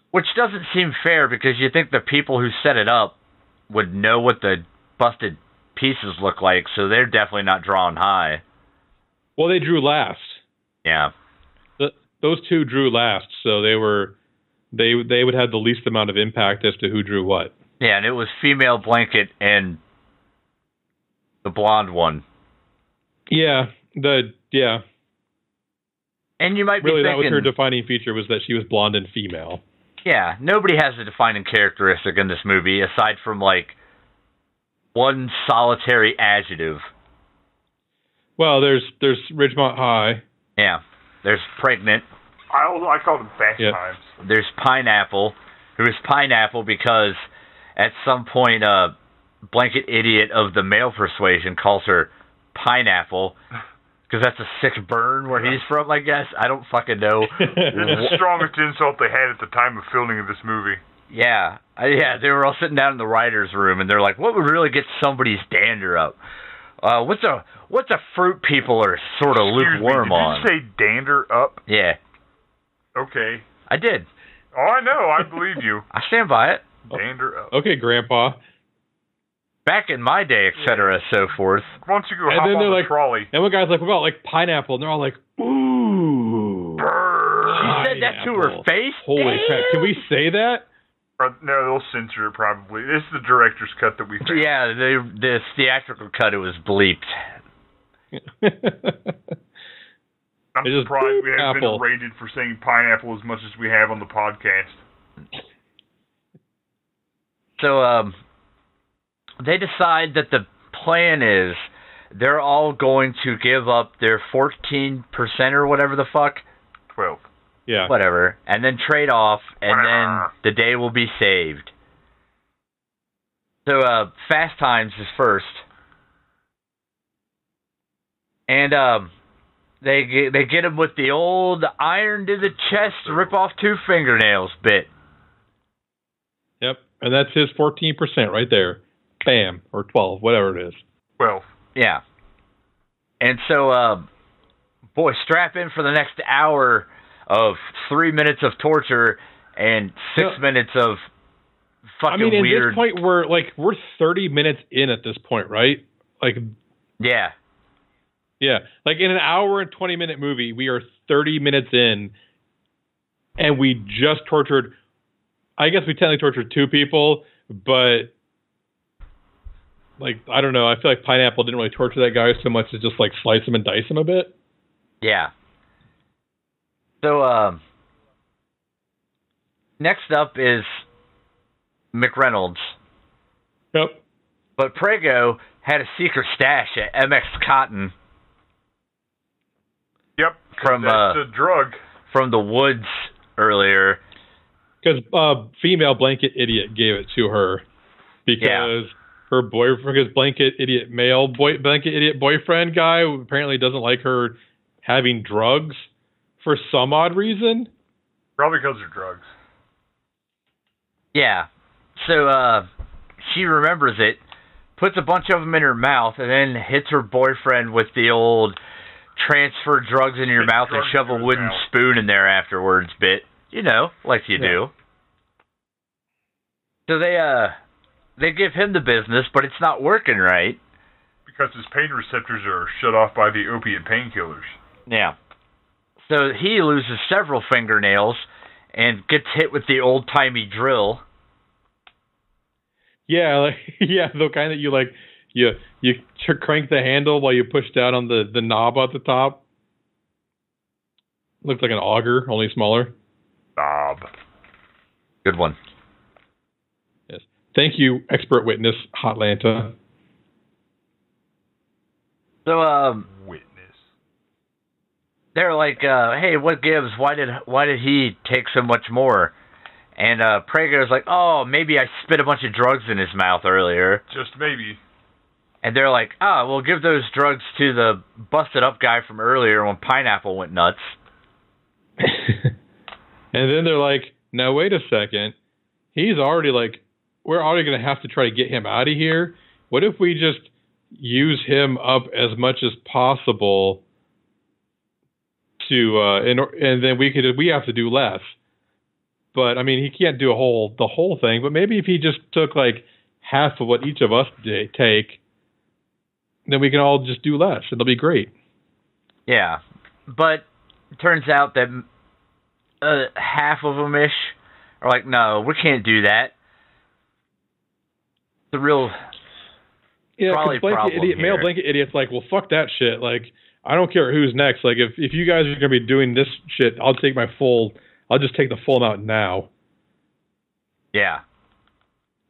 [SPEAKER 1] Which doesn't seem fair because you think the people who set it up would know what the busted pieces look like, so they're definitely not drawing high.
[SPEAKER 3] Well, they drew last.
[SPEAKER 1] Yeah.
[SPEAKER 3] Th those two drew last, so they were they they would have the least amount of impact as to who drew what.
[SPEAKER 1] Yeah, and it was female blanket and the blonde one.
[SPEAKER 3] Yeah, the yeah.
[SPEAKER 1] And you might be
[SPEAKER 3] Really, that was
[SPEAKER 1] thinking,
[SPEAKER 3] her defining feature was that she was blonde and female.
[SPEAKER 1] yeah, nobody has a defining characteristic in this movie aside from like one solitary adjective.
[SPEAKER 3] Well, there's there's Ridgemont High.
[SPEAKER 1] Yeah, there's pregnant.
[SPEAKER 2] I also I called it back
[SPEAKER 3] Yeah.
[SPEAKER 2] times.
[SPEAKER 1] There's pineapple. There was pineapple because at some point a blanket idiot of the male persuasion calls her pineapple because that's a sick burn where he's from. I guess I don't fucking know.
[SPEAKER 2] It's the strongest insult they had at the time of filming of this movie.
[SPEAKER 1] Yeah, I, yeah, they were all sitting down in the writers' room, and they're like, "What would really get somebody's dander up? Uh, what's a what's a fruit people are sort of
[SPEAKER 2] Excuse
[SPEAKER 1] lukewarm
[SPEAKER 2] me, did
[SPEAKER 1] on?"
[SPEAKER 2] you say dander up?
[SPEAKER 1] yeah,
[SPEAKER 2] Okay.
[SPEAKER 1] I did.
[SPEAKER 2] Oh, I know. I believe you.
[SPEAKER 1] I stand by it.
[SPEAKER 2] Dander up.
[SPEAKER 3] okay, Grandpa.
[SPEAKER 1] Back in my day, et cetera, so forth.
[SPEAKER 2] Why don't you go
[SPEAKER 3] And
[SPEAKER 2] hop
[SPEAKER 3] then
[SPEAKER 2] on
[SPEAKER 3] they're
[SPEAKER 2] the
[SPEAKER 3] like-
[SPEAKER 2] trolley?
[SPEAKER 3] And one guy's like, "What about like pineapple?" And they're all like, "Ooh,
[SPEAKER 1] She
[SPEAKER 2] Brrr.
[SPEAKER 1] said that to her
[SPEAKER 3] Pineapple.
[SPEAKER 1] face.
[SPEAKER 3] holy crap!" Can we say that?
[SPEAKER 2] Or, Uh, no, they'll censor it probably. This is the director's cut that we found.
[SPEAKER 1] Yeah, the the theatrical cut it was bleeped.
[SPEAKER 2] I'm
[SPEAKER 3] It's just
[SPEAKER 2] surprised we haven't
[SPEAKER 3] apple.
[SPEAKER 2] been rated for saying pineapple as much as we have on the podcast.
[SPEAKER 1] So um, they decide that the plan is they're all going to give up their 14% or whatever the fuck,
[SPEAKER 2] Twelve.
[SPEAKER 3] yeah.
[SPEAKER 1] whatever, and then trade off, and
[SPEAKER 3] Uh-huh.
[SPEAKER 1] then
[SPEAKER 2] Whatever.
[SPEAKER 1] the day will be saved. So uh, Fast Times is first, and um, they get, they get him with the old iron to the chest, rip off two fingernails bit.
[SPEAKER 3] Yep. And that's his 14% right there. Bam. Or 12, whatever it is.
[SPEAKER 2] Twelve.
[SPEAKER 1] Yeah. And so, uh, boy, strap in for the next hour of three minutes of torture and six
[SPEAKER 3] Yeah.
[SPEAKER 1] minutes of fucking
[SPEAKER 3] I mean, at
[SPEAKER 1] weird.
[SPEAKER 3] this point, we're like, we're 30 minutes in at this point, right? Like,
[SPEAKER 1] yeah.
[SPEAKER 3] yeah. Like in an hour and 20 minute movie, we are 30 minutes in and we just tortured, I guess we technically tortured two people, but like, I don't know. I feel like Pineapple didn't really torture that guy so much as just like slice him and dice him a bit.
[SPEAKER 1] Yeah. So, um, next up is McReynolds.
[SPEAKER 3] Yep.
[SPEAKER 1] But Prego had a secret stash at MX Cotton
[SPEAKER 2] Yep. 'cause
[SPEAKER 1] From,
[SPEAKER 2] that's
[SPEAKER 1] uh,
[SPEAKER 2] the drug.
[SPEAKER 1] from the woods earlier.
[SPEAKER 3] because uh, female blanket idiot gave it to her because
[SPEAKER 1] Yeah.
[SPEAKER 3] her boyfriend, because blanket idiot male boy, blanket idiot boyfriend guy apparently doesn't like her having drugs for some odd reason.
[SPEAKER 2] Probably because they're drugs.
[SPEAKER 1] Yeah. So uh, she remembers it, puts a bunch of them in her mouth, and then hits her boyfriend with the old transfer drugs in your
[SPEAKER 2] Stick
[SPEAKER 1] mouth and
[SPEAKER 2] drugs
[SPEAKER 1] shove
[SPEAKER 2] in
[SPEAKER 1] a
[SPEAKER 2] his
[SPEAKER 1] wooden
[SPEAKER 2] mouth.
[SPEAKER 1] spoon in there afterwards bit. You know, like you
[SPEAKER 3] Yeah.
[SPEAKER 1] do. So they uh they give him the business, but it's not working right.
[SPEAKER 2] Because his pain receptors are shut off by the opiate painkillers.
[SPEAKER 1] Yeah. So he loses several fingernails and gets hit with the old timey drill.
[SPEAKER 3] Yeah, like, yeah, the kind that you like, you you tr- crank the handle while you push down on the the knob at the top. Looks like an auger, only smaller.
[SPEAKER 2] Bob.
[SPEAKER 1] Good one.
[SPEAKER 3] Thank you, expert witness, Hotlanta.
[SPEAKER 1] So um
[SPEAKER 2] Witness.
[SPEAKER 1] they're like, uh, "Hey, what gives? Why did why did he take so much more?" And uh, Prager's like, "Oh, maybe I spit a bunch of drugs in his mouth earlier."
[SPEAKER 2] Just maybe.
[SPEAKER 1] And they're like, "Ah, we'll give those drugs to the busted up guy from earlier when Pineapple went nuts."
[SPEAKER 3] and then they're like, "No, wait a second. He's already like, we're already going to have to try to get him out of here. What if we just use him up as much as possible to, uh, and and then we could we have to do less. But I mean, he can't do a whole the whole thing. But maybe if he just took like half of what each of us da- take, then we can all just do less. It'll be great.
[SPEAKER 1] Yeah, but turns out that uh, half of them ish are like, "No, we can't do that." The real
[SPEAKER 3] Yeah, 'cause
[SPEAKER 1] Trolley
[SPEAKER 3] blanket
[SPEAKER 1] problem
[SPEAKER 3] idiot, male
[SPEAKER 1] here.
[SPEAKER 3] blanket idiot's like, well, fuck that shit. Like, I don't care who's next. Like, if, if you guys are gonna be doing this shit, I'll take my full. I'll just take the full amount now.
[SPEAKER 1] yeah.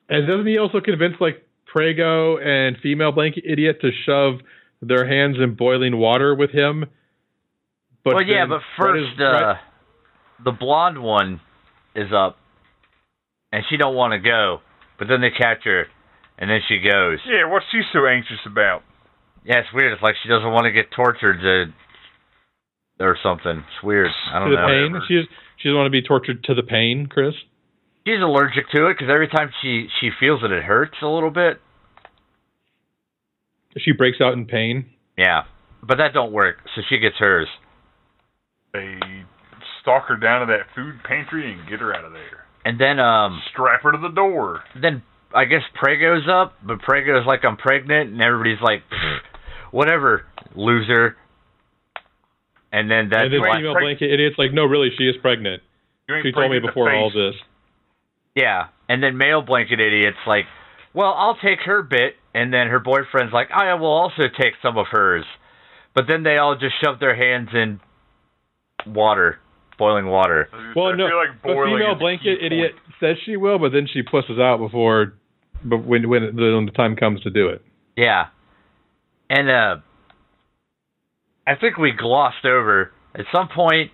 [SPEAKER 3] And doesn't he also convince like Prego and female blanket idiot to shove their hands in boiling water with him? But
[SPEAKER 1] well, yeah,
[SPEAKER 3] then
[SPEAKER 1] but
[SPEAKER 3] what
[SPEAKER 1] first,
[SPEAKER 3] is- what-
[SPEAKER 1] uh, the blonde one is up, and she don't want to go. But then they catch her, and then she goes.
[SPEAKER 2] Yeah, what's she so anxious about?
[SPEAKER 1] Yeah, it's weird. It's like she doesn't want to get tortured to, or something. It's weird. I
[SPEAKER 3] to
[SPEAKER 1] don't
[SPEAKER 3] the
[SPEAKER 1] know.
[SPEAKER 3] pain.
[SPEAKER 2] Whatever.
[SPEAKER 3] She just, she doesn't want to be tortured to the pain, Chris.
[SPEAKER 1] She's allergic to it because every time she she feels it, it hurts a little bit.
[SPEAKER 3] She breaks out in pain.
[SPEAKER 1] Yeah, but that don't work. So she gets hers.
[SPEAKER 2] They stalk her down to that food pantry and get her out of there.
[SPEAKER 1] And then um,
[SPEAKER 2] Strap her to the door.
[SPEAKER 1] then I guess Prego's up, but Prego's like I'm pregnant, and everybody's like, "Pfft, whatever, loser. And then that's
[SPEAKER 3] and then
[SPEAKER 1] why
[SPEAKER 3] female blanket idiot's like, no, really, she is pregnant.
[SPEAKER 2] You ain't
[SPEAKER 3] She told
[SPEAKER 2] pregnant
[SPEAKER 3] me
[SPEAKER 2] in the
[SPEAKER 3] before all
[SPEAKER 2] face.
[SPEAKER 3] this.
[SPEAKER 1] Yeah, and then male blanket idiot's like, well, I'll take her bit, and then her boyfriend's like, I will also take some of hers. But then they all just shove their hands in water, boiling water.
[SPEAKER 3] Well,
[SPEAKER 2] I
[SPEAKER 3] no,
[SPEAKER 2] feel like
[SPEAKER 3] the
[SPEAKER 2] boiling
[SPEAKER 3] female
[SPEAKER 2] is the
[SPEAKER 3] blanket
[SPEAKER 2] key
[SPEAKER 3] idiot
[SPEAKER 2] point.
[SPEAKER 3] says she will, but then she pusses out before, but when when the, when the time comes to do it.
[SPEAKER 1] Yeah. And uh I think we glossed over at some point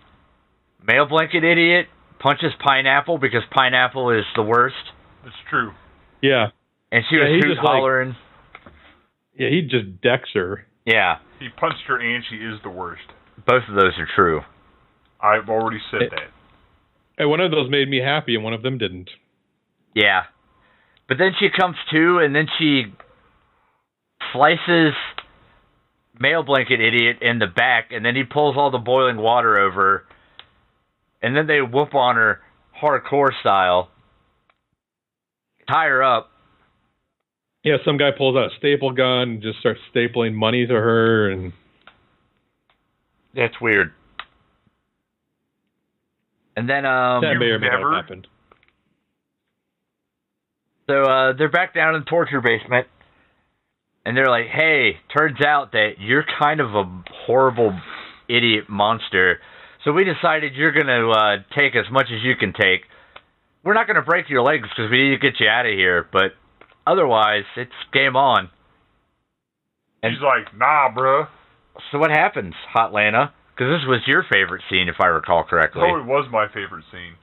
[SPEAKER 1] male blanket idiot punches pineapple because pineapple is the worst.
[SPEAKER 2] It's true.
[SPEAKER 3] Yeah,
[SPEAKER 1] And she
[SPEAKER 3] Yeah,
[SPEAKER 1] was
[SPEAKER 3] he's
[SPEAKER 1] hoot
[SPEAKER 3] just like-
[SPEAKER 1] hollering.
[SPEAKER 3] yeah, he just decks her.
[SPEAKER 1] yeah.
[SPEAKER 2] He punched her and she is the worst.
[SPEAKER 1] Both of those are true.
[SPEAKER 2] I've already said
[SPEAKER 3] It-
[SPEAKER 2] that.
[SPEAKER 3] And one of those made me happy, and one of them didn't.
[SPEAKER 1] Yeah. But then she comes to and then she slices male blanket idiot in the back and then he pulls all the boiling water over her, and then they whoop on her hardcore style. Tie her up.
[SPEAKER 3] Yeah, some guy pulls out a staple gun and just starts stapling money to her, and
[SPEAKER 1] That's weird. And then um
[SPEAKER 3] that may or may not
[SPEAKER 2] never-
[SPEAKER 3] have happened.
[SPEAKER 1] So uh, they're back down in the torture basement, and they're like, "Hey, turns out that you're kind of a horrible idiot monster. So we decided you're gonna uh, take as much as you can take. We're not gonna break your legs because we need to get you out of here, but otherwise, it's game on." And-
[SPEAKER 2] He's like, nah, bruh.
[SPEAKER 1] So what happens, Hot Lana? Because this was your favorite scene, if I recall correctly.
[SPEAKER 2] Probably was my favorite scene.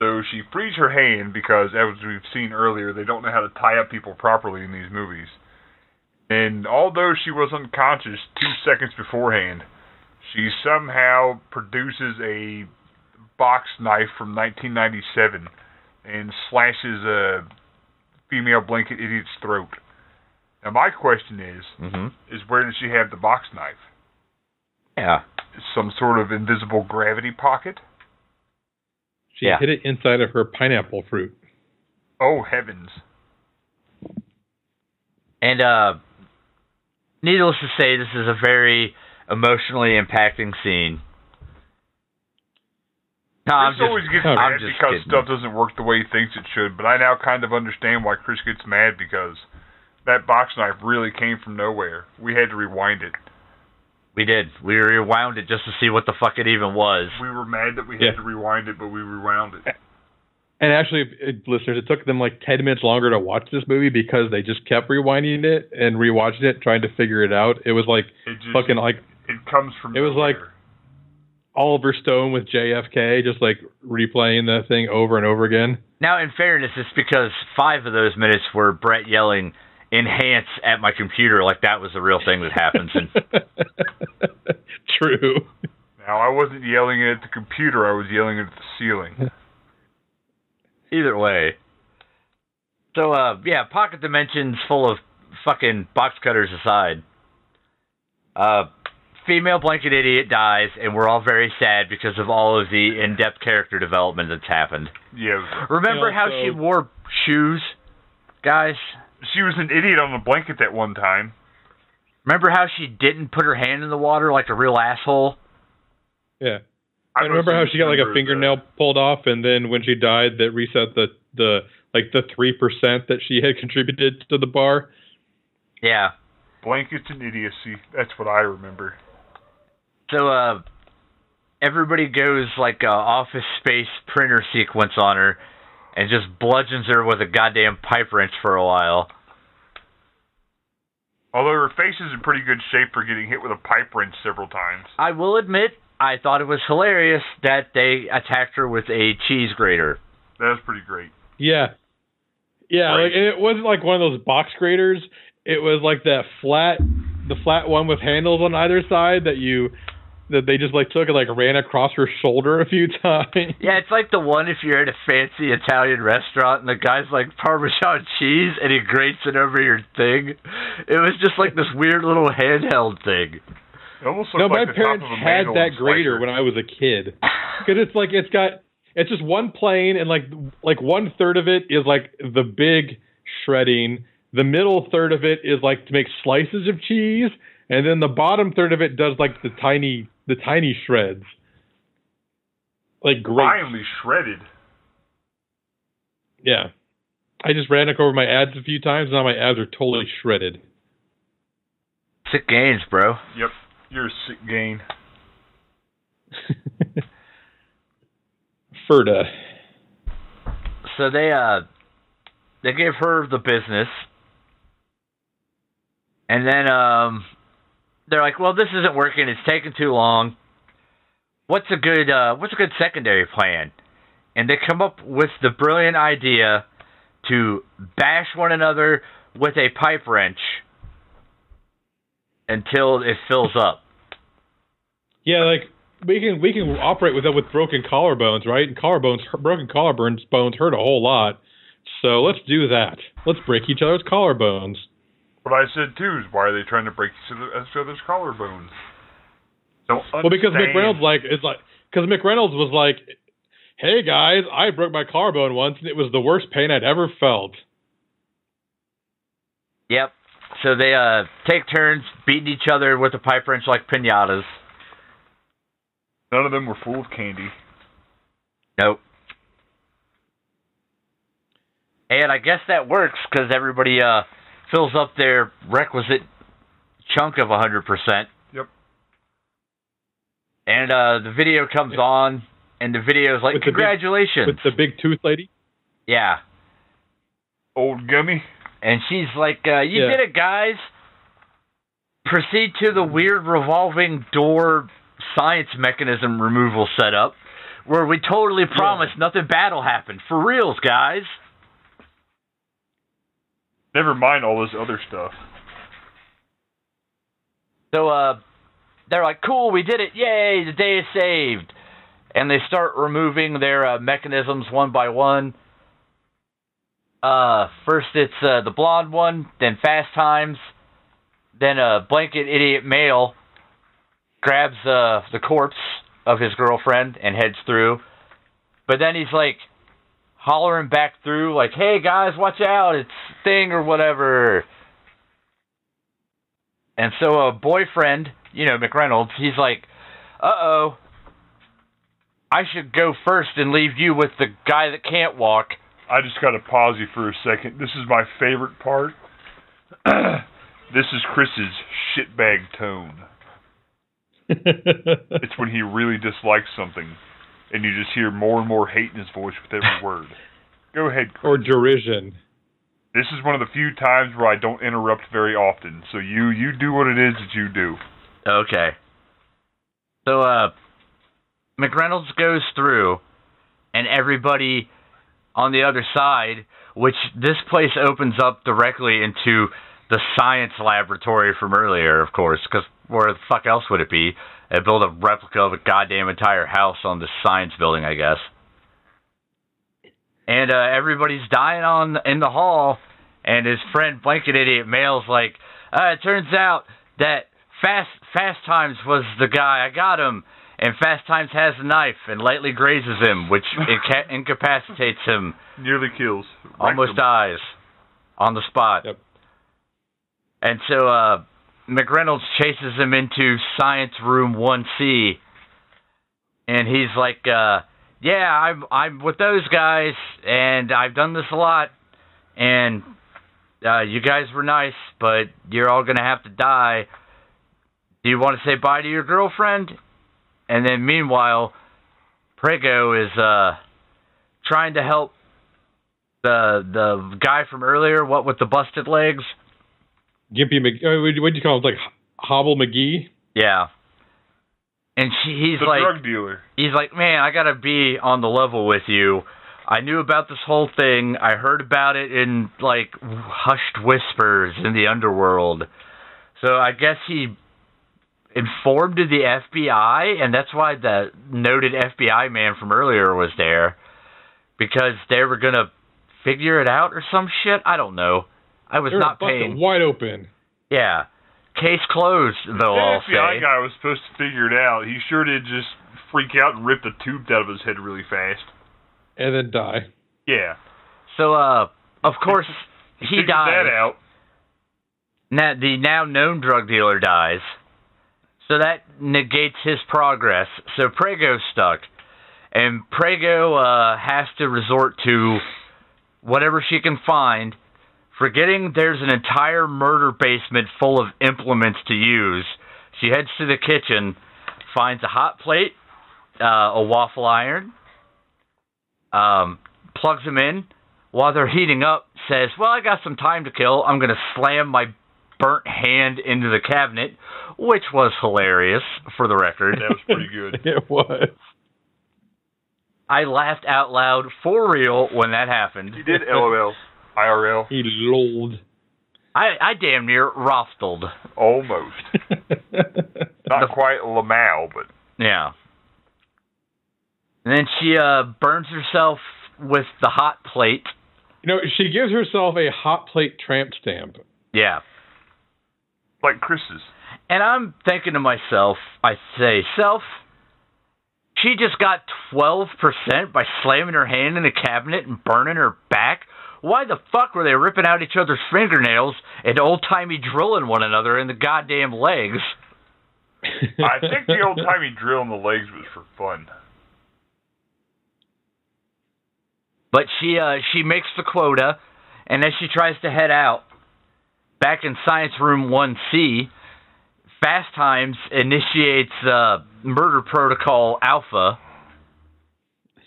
[SPEAKER 2] So she frees her hand because, as we've seen earlier, they don't know how to tie up people properly in these movies. And although she was unconscious two seconds beforehand, she somehow produces a box knife from 1997 and slashes a female blanket idiot's throat. Now, my question is,
[SPEAKER 1] Mm-hmm.
[SPEAKER 2] is where did she have the box knife?
[SPEAKER 1] Yeah.
[SPEAKER 2] Some sort of invisible gravity pocket?
[SPEAKER 3] She
[SPEAKER 1] Yeah.
[SPEAKER 3] hid it inside of her pineapple fruit.
[SPEAKER 2] Oh heavens!
[SPEAKER 1] And uh, needless to say, this is a very emotionally impacting scene. No, I'm
[SPEAKER 2] Chris
[SPEAKER 1] just,
[SPEAKER 2] always gets
[SPEAKER 3] I'm
[SPEAKER 2] mad
[SPEAKER 1] just
[SPEAKER 2] because
[SPEAKER 1] kidding.
[SPEAKER 2] stuff doesn't work the way he thinks it should, but I now kind of understand why Chris gets mad because that box knife really came from nowhere. We had to rewind it.
[SPEAKER 1] we did. We rewound it just to see what the fuck it even was.
[SPEAKER 2] We were mad that we
[SPEAKER 3] Yeah.
[SPEAKER 2] had to rewind it, but we rewound it.
[SPEAKER 3] And actually, it- listeners, it took them like 10 minutes longer to watch this movie because they just kept rewinding it and rewatching it, trying to figure it out. It was like
[SPEAKER 2] It just
[SPEAKER 3] fucking like
[SPEAKER 2] it comes from.
[SPEAKER 3] it was like-
[SPEAKER 2] nowhere.
[SPEAKER 3] Oliver Stone with JFK, just like replaying the thing over and over again.
[SPEAKER 1] Now, in fairness, it's because five of those minutes were Brett yelling "enhance" at my computer, like that was the real thing that happens. And
[SPEAKER 3] True.
[SPEAKER 2] now I wasn't yelling it at the computer; I was yelling it at the ceiling.
[SPEAKER 1] either way, so uh, yeah, pocket dimensions full of fucking box cutters aside. Uh, female blanket idiot dies, and we're all very sad because of all of the in-depth character development that's happened.
[SPEAKER 2] yeah,
[SPEAKER 1] Remember
[SPEAKER 3] Yeah,
[SPEAKER 1] how
[SPEAKER 3] so-
[SPEAKER 1] she wore shoes, guys?
[SPEAKER 2] she was an idiot on the blanket that one time.
[SPEAKER 1] Remember how she didn't put her hand in the water like a real asshole?
[SPEAKER 3] Yeah.
[SPEAKER 2] I
[SPEAKER 3] I remember how
[SPEAKER 2] don't
[SPEAKER 3] she got like a
[SPEAKER 2] remember
[SPEAKER 3] fingernail pulled off, and then when she died, that reset the the like the three percent that she had contributed to the bar.
[SPEAKER 1] Yeah.
[SPEAKER 2] the Blankets and idiocy. That's what I remember.
[SPEAKER 1] So uh, everybody goes like uh, office space printer sequence on her, and just bludgeons her with a goddamn pipe wrench for a while.
[SPEAKER 2] Although her face is in pretty good shape for getting hit with a pipe wrench several times.
[SPEAKER 1] I will admit, I thought it was hilarious that they attacked her with a cheese grater.
[SPEAKER 2] That was pretty great.
[SPEAKER 3] Yeah. Yeah,
[SPEAKER 1] Right.
[SPEAKER 3] like and it wasn't like one of those box graters. It was like that flat the flat one with handles on either side that you that they just like took and like ran across her shoulder a few times.
[SPEAKER 1] Yeah, it's like the one if you're at a fancy Italian restaurant and the guy's like Parmesan cheese and he grates it over your thing. It was just like this weird little handheld thing.
[SPEAKER 2] It almost
[SPEAKER 3] No,
[SPEAKER 2] looked
[SPEAKER 3] my
[SPEAKER 2] like the
[SPEAKER 3] parents
[SPEAKER 2] top of a
[SPEAKER 3] had
[SPEAKER 2] mango
[SPEAKER 3] that
[SPEAKER 2] slicer.
[SPEAKER 3] grater when I was a kid. Cuz it's like it's got it's just one plane and like like one third of it is like the big shredding. The middle third of it is like to make slices of cheese and then the bottom third of it does like the tiny the tiny shreds. Like great.
[SPEAKER 2] Finally shredded.
[SPEAKER 3] Yeah. I just ran over my ads a few times. Now my ads are totally shredded.
[SPEAKER 1] Sick games, bro.
[SPEAKER 2] Yep. You're a sick gain.
[SPEAKER 3] Ferda.
[SPEAKER 1] So they uh they gave her the business. And then um they're like, Well this isn't working, it's taking too long. What's a good uh what's a good secondary plan? And they come up with the brilliant idea to bash one another with a pipe wrench until it fills up.
[SPEAKER 3] Yeah, like we can we can operate with that with broken collarbones, right? And collarbones, broken collarbones, bones hurt a whole lot. So let's do that. Let's break each other's collarbones.
[SPEAKER 2] What I said too is why are they trying to break each other- each other's collarbones? So
[SPEAKER 3] Well, because McReynolds like is like because McReynolds was like, "Hey guys, I broke my collarbone once, and it was the worst pain I'd ever felt."
[SPEAKER 1] Yep. So they uh take turns beating each other with a pipe wrench like pinatas.
[SPEAKER 2] none of them were full of candy.
[SPEAKER 1] Nope. And I guess that works because everybody uh fills up their requisite chunk of 100%.
[SPEAKER 2] Yep.
[SPEAKER 1] And uh the video comes on and the video's like
[SPEAKER 3] With the big-
[SPEAKER 1] congratulations.
[SPEAKER 3] With the big tooth lady.
[SPEAKER 1] yeah.
[SPEAKER 2] Old gummy.
[SPEAKER 1] And she's like, uh, "You
[SPEAKER 3] Yeah.
[SPEAKER 1] did it, guys." Proceed to the weird revolving door science mechanism removal setup, where we totally promise nothing bad will happen for reals, guys.
[SPEAKER 2] Never mind all this other stuff.
[SPEAKER 1] So, uh, they're like, "Cool, we did it! Yay, the day is saved!" And they start removing their uh, mechanisms one by one. Uh, first it's uh, the blonde one, then Fast Times, then a blanket idiot male grabs uh, the corpse of his girlfriend and heads through. But then he's like hollering back through, like, "Hey guys, watch out! It's Thing or whatever." And so a boyfriend, you know, McReynolds, he's like, uh oh, I should go first and leave you with the guy that can't walk.
[SPEAKER 2] I just got to pause you for a second. This is my favorite part. this is Chris's shitbag tone. It's when he really dislikes something, and you just hear more and more hate in his voice with every word. Go ahead, Chris.
[SPEAKER 3] or derision.
[SPEAKER 2] This is one of the few times where I don't interrupt very often. So you you do what it is that you do.
[SPEAKER 1] Okay. So, uh, McReynolds goes through, and everybody on the other side, which this place opens up directly into the science laboratory from earlier, of course, because where the fuck else would it be? They build a replica of a goddamn entire house on this science building, I guess. And uh, everybody's dying on in the hall, and his friend Blanket Idiot Male's like, uh, it turns out that Fast Fast Times was the guy. I got him. And Fast Times has a knife and lightly grazes him, which inca- incapacitates him.
[SPEAKER 2] Nearly kills. Wrecked
[SPEAKER 1] Almost
[SPEAKER 2] him.
[SPEAKER 1] dies on the spot.
[SPEAKER 3] Yep.
[SPEAKER 1] And so uh, McReynolds chases him into Science Room 1C, and he's like, uh, "Yeah, I'm I'm with those guys, and I've done this a lot, and uh, you guys were nice, but you're all gonna have to die. Do you want to say bye to your girlfriend?" And then meanwhile, Prego is uh, trying to help the the guy from earlier, what with the busted legs.
[SPEAKER 3] Gimpy Mc. uh, What do you call him? Like H- Hobble McGee.
[SPEAKER 1] Yeah. And she, he's
[SPEAKER 2] The
[SPEAKER 1] like,
[SPEAKER 2] drug dealer.
[SPEAKER 1] he's like, man, I gotta be on the level with you. I knew about this whole thing. I heard about it in like hushed whispers in the underworld. So I guess he informed the FBI, and that's why the noted FBI man from earlier was there because they were gonna figure it out or some shit. I don't know. I was
[SPEAKER 3] They're
[SPEAKER 1] not
[SPEAKER 3] busted
[SPEAKER 1] paying.
[SPEAKER 3] Wide open.
[SPEAKER 1] Yeah. Case closed, though, I'll
[SPEAKER 2] The FBI
[SPEAKER 1] say.
[SPEAKER 2] guy was supposed to figure it out. He sure did just freak out and rip the tubes out of his head really fast.
[SPEAKER 3] And then die.
[SPEAKER 2] Yeah.
[SPEAKER 1] So, uh, of course, he
[SPEAKER 2] Figured
[SPEAKER 1] dies.
[SPEAKER 2] that out.
[SPEAKER 1] Now, the now known drug dealer dies. So that negates his progress. So Prego's stuck. And Prego uh, has to resort to whatever she can find, forgetting there's an entire murder basement full of implements to use. She heads to the kitchen, finds a hot plate, uh, a waffle iron, um, plugs them in. While they're heating up, says, Well, I got some time to kill. I'm going to slam my burnt hand into the cabinet, which was hilarious, for the record.
[SPEAKER 2] That was pretty good.
[SPEAKER 3] it was.
[SPEAKER 1] I laughed out loud for real when that happened.
[SPEAKER 2] He did LOL. IRL.
[SPEAKER 3] He lolled.
[SPEAKER 1] I, I damn near rostled.
[SPEAKER 2] Almost. Not quite Lamal, but
[SPEAKER 1] Yeah. And then she uh, burns herself with the hot plate.
[SPEAKER 3] you know, she gives herself a hot plate tramp stamp.
[SPEAKER 1] Yeah.
[SPEAKER 2] like Chris's.
[SPEAKER 1] And I'm thinking to myself, I say, self, she just got 12% by slamming her hand in a cabinet and burning her back. Why the fuck were they ripping out each other's fingernails and old timey drilling one another in the goddamn legs?
[SPEAKER 2] I think the old timey drill in the legs was for fun.
[SPEAKER 1] But she uh, she makes the quota, and as she tries to head out, back in Science Room 1C, Fast Times initiates uh, Murder Protocol Alpha,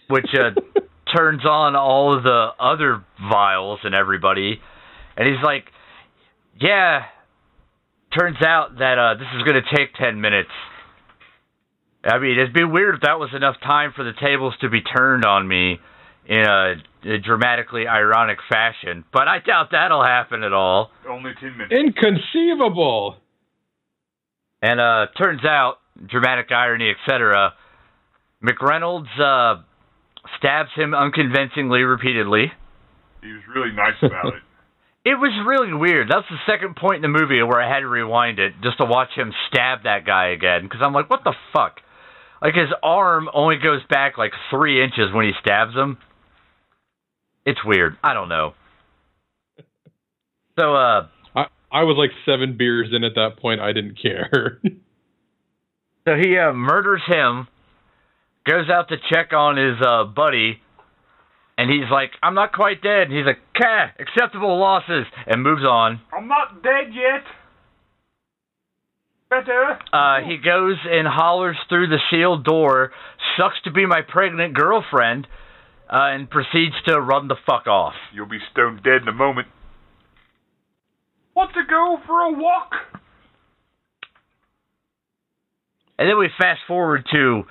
[SPEAKER 1] which uh, turns on all of the other vials and everybody. And he's like, Yeah, turns out that uh, this is going to take 10 minutes. I mean, it'd be weird if that was enough time for the tables to be turned on me in a, a dramatically ironic fashion, but I doubt that'll happen at all.
[SPEAKER 2] Only ten minutes.
[SPEAKER 3] Inconceivable.
[SPEAKER 1] And uh, turns out, dramatic irony, etc. McReynolds uh, stabs him unconvincingly repeatedly.
[SPEAKER 2] He was really nice about it.
[SPEAKER 1] It was really weird. That's the second point in the movie where I had to rewind it just to watch him stab that guy again because I'm like, what the fuck? Like his arm only goes back like three inches when he stabs him. It's weird. I don't know. So uh,
[SPEAKER 3] I, I was like seven beers in at that point. I didn't care.
[SPEAKER 1] So he uh, murders him, goes out to check on his uh, buddy, and he's like, I'm not quite dead. And he's like, Kah, acceptable losses, and moves on.
[SPEAKER 2] I'm not dead yet. Better.
[SPEAKER 1] Uh, he goes and hollers through the sealed door, sucks to be my pregnant girlfriend, uh, and proceeds to run the fuck off.
[SPEAKER 2] You'll be stone dead in a moment. Want to go for a walk?
[SPEAKER 1] And then we fast forward to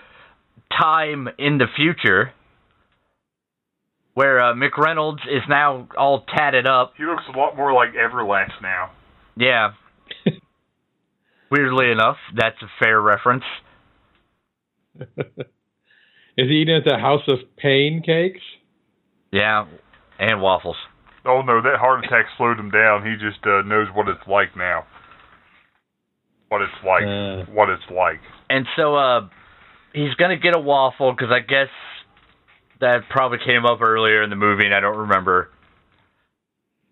[SPEAKER 1] time in the future, where uh, McReynolds is now all tatted up.
[SPEAKER 2] He looks a lot more like Everlast now.
[SPEAKER 1] Yeah. Weirdly enough, that's a fair reference.
[SPEAKER 3] Is he eating at the House of Pain cakes?
[SPEAKER 1] Yeah. And waffles.
[SPEAKER 2] Oh no, that heart attack slowed him down. He just uh, knows what it's like now. What it's like.
[SPEAKER 3] Uh.
[SPEAKER 2] What it's like.
[SPEAKER 1] And so uh he's going to get a waffle cuz I guess that probably came up earlier in the movie and I don't remember.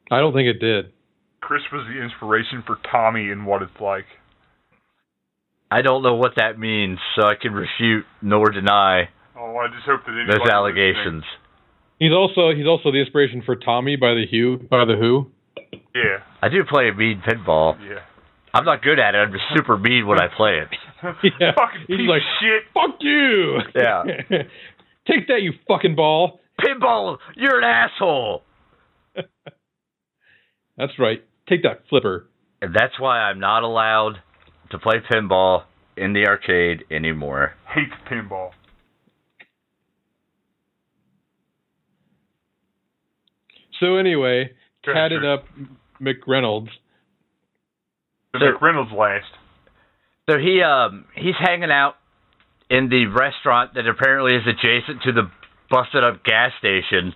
[SPEAKER 3] I don't think it did.
[SPEAKER 2] Chris was the inspiration for Tommy in What It's Like.
[SPEAKER 1] I don't know what that means, so I can refute nor deny
[SPEAKER 2] Oh, I just hope that anybody
[SPEAKER 1] those allegations.
[SPEAKER 3] He's also he's also the inspiration for Tommy by the Who by the Who.
[SPEAKER 2] Yeah,
[SPEAKER 1] I do play mean pinball.
[SPEAKER 2] yeah.
[SPEAKER 1] I'm not good at it. I'm just super mean when I play it.
[SPEAKER 3] Yeah.
[SPEAKER 2] Fucking
[SPEAKER 3] He's
[SPEAKER 2] piece
[SPEAKER 3] like-
[SPEAKER 2] of shit.
[SPEAKER 3] Fuck you.
[SPEAKER 1] Yeah.
[SPEAKER 3] Take that, you fucking ball.
[SPEAKER 1] Pinball, you're an asshole.
[SPEAKER 3] That's right. Take that flipper.
[SPEAKER 1] And that's why I'm not allowed to play pinball in the arcade anymore.
[SPEAKER 2] Hates pinball.
[SPEAKER 3] So anyway,
[SPEAKER 2] Sure,
[SPEAKER 3] tatted
[SPEAKER 2] sure.
[SPEAKER 3] up McReynolds.
[SPEAKER 2] The
[SPEAKER 1] Sure.
[SPEAKER 2] McReynolds last.
[SPEAKER 1] So he um he's hanging out in the restaurant that apparently is adjacent to the busted up gas station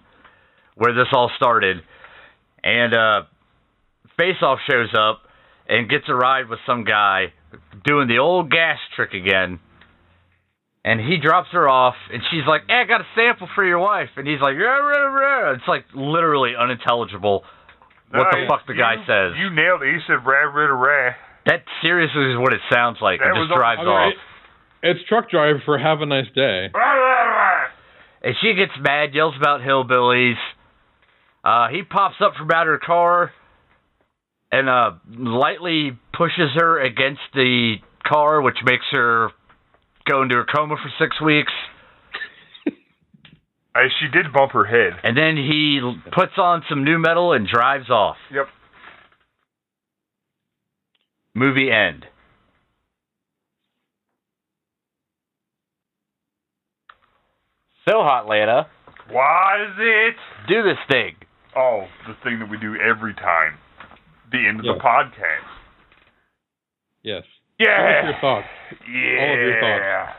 [SPEAKER 1] where this all started. And uh Face Off shows up and gets a ride with some guy doing the old gas trick again. And he drops her off and she's like, Hey, I got a sample for your wife and he's like, rah, rah, rah. It's like literally unintelligible what the
[SPEAKER 2] Nice.
[SPEAKER 1] fuck the guy
[SPEAKER 2] You-
[SPEAKER 1] says.
[SPEAKER 2] You nailed it. He said rah rah rah.
[SPEAKER 1] that seriously is what it sounds like.
[SPEAKER 2] That
[SPEAKER 1] It
[SPEAKER 2] was
[SPEAKER 1] just
[SPEAKER 2] all-
[SPEAKER 1] drives
[SPEAKER 3] I
[SPEAKER 1] off.
[SPEAKER 3] mean, it- it's truck driver for have a nice day.
[SPEAKER 2] Rah rah rah.
[SPEAKER 1] And she gets mad, yells about hillbillies. Uh, he pops up from out of her car and uh, lightly pushes her against the car, which makes her go into a coma for six weeks.
[SPEAKER 2] I, she did bump her head.
[SPEAKER 1] And then he l- puts on some new metal and drives off.
[SPEAKER 2] Yep.
[SPEAKER 1] Movie end. So hot, Lana.
[SPEAKER 2] Was it?
[SPEAKER 1] Do this thing.
[SPEAKER 2] Oh, the thing that we do every time. The end of
[SPEAKER 3] Yeah.
[SPEAKER 2] the podcast.
[SPEAKER 3] Yes. What
[SPEAKER 2] Yeah.
[SPEAKER 3] was your thoughts?
[SPEAKER 2] Yeah.
[SPEAKER 3] All of your thoughts.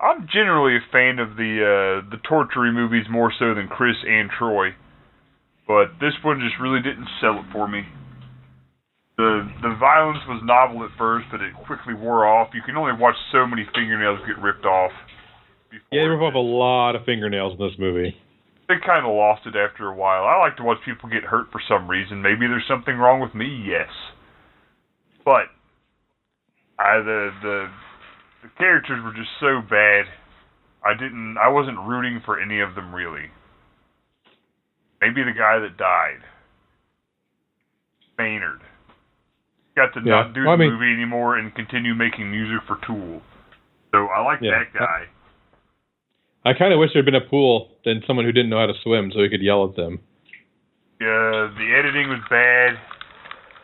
[SPEAKER 2] I'm generally a fan of the uh, the torture movies more so than Chris and Troy, but this one just really didn't sell it for me. the The violence was novel at first, but it quickly wore off. You can only watch so many fingernails get ripped off. Before
[SPEAKER 3] Yeah, they rip off a lot of fingernails in this movie.
[SPEAKER 2] they kind of lost it after a while. I like to watch people get hurt for some reason. Maybe there's something wrong with me. Yes, but I the the the characters were just so bad. I didn't. I wasn't rooting for any of them really. Maybe the guy that died, Maynard, got to
[SPEAKER 3] Yeah.
[SPEAKER 2] not do
[SPEAKER 3] Well, I
[SPEAKER 2] the
[SPEAKER 3] mean-
[SPEAKER 2] movie anymore and continue making music for Tool. So I like
[SPEAKER 3] Yeah.
[SPEAKER 2] that guy.
[SPEAKER 3] I kind of wish there'd been a pool than someone who didn't know how to swim so he could yell at them.
[SPEAKER 2] Yeah, Uh, the editing was bad.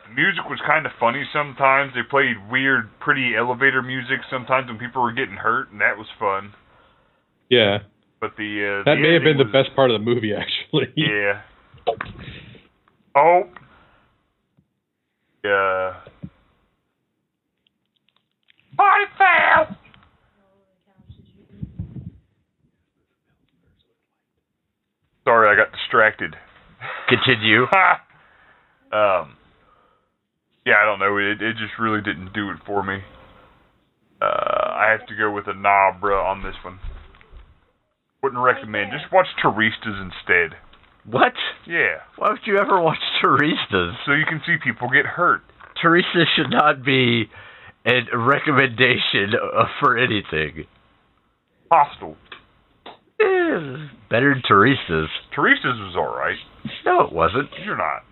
[SPEAKER 2] The music was kind of funny sometimes. They played weird, pretty elevator music sometimes when people were getting hurt, and that was fun.
[SPEAKER 3] Yeah.
[SPEAKER 2] But the uh,
[SPEAKER 3] That
[SPEAKER 2] the
[SPEAKER 3] may have been
[SPEAKER 2] editing
[SPEAKER 3] the
[SPEAKER 2] was-
[SPEAKER 3] best part of the movie, actually.
[SPEAKER 2] Yeah. Oh. Yeah. Body fail. Sorry, I got distracted.
[SPEAKER 1] Continue.
[SPEAKER 2] Ha! um, yeah, I don't know. It it just really didn't do it for me. Uh, I have to go with a nah, bruh, on this one. Wouldn't recommend. Just watch Teristas instead.
[SPEAKER 1] What?
[SPEAKER 2] Yeah,
[SPEAKER 1] Why would you ever watch Teresa's?
[SPEAKER 2] so you can see people get hurt.
[SPEAKER 1] Teresa should not be a recommendation uh, for anything.
[SPEAKER 2] Hostile.
[SPEAKER 1] Eh, Better than Teresa's.
[SPEAKER 2] Teristas was all right.
[SPEAKER 1] No, it wasn't.
[SPEAKER 2] You're not.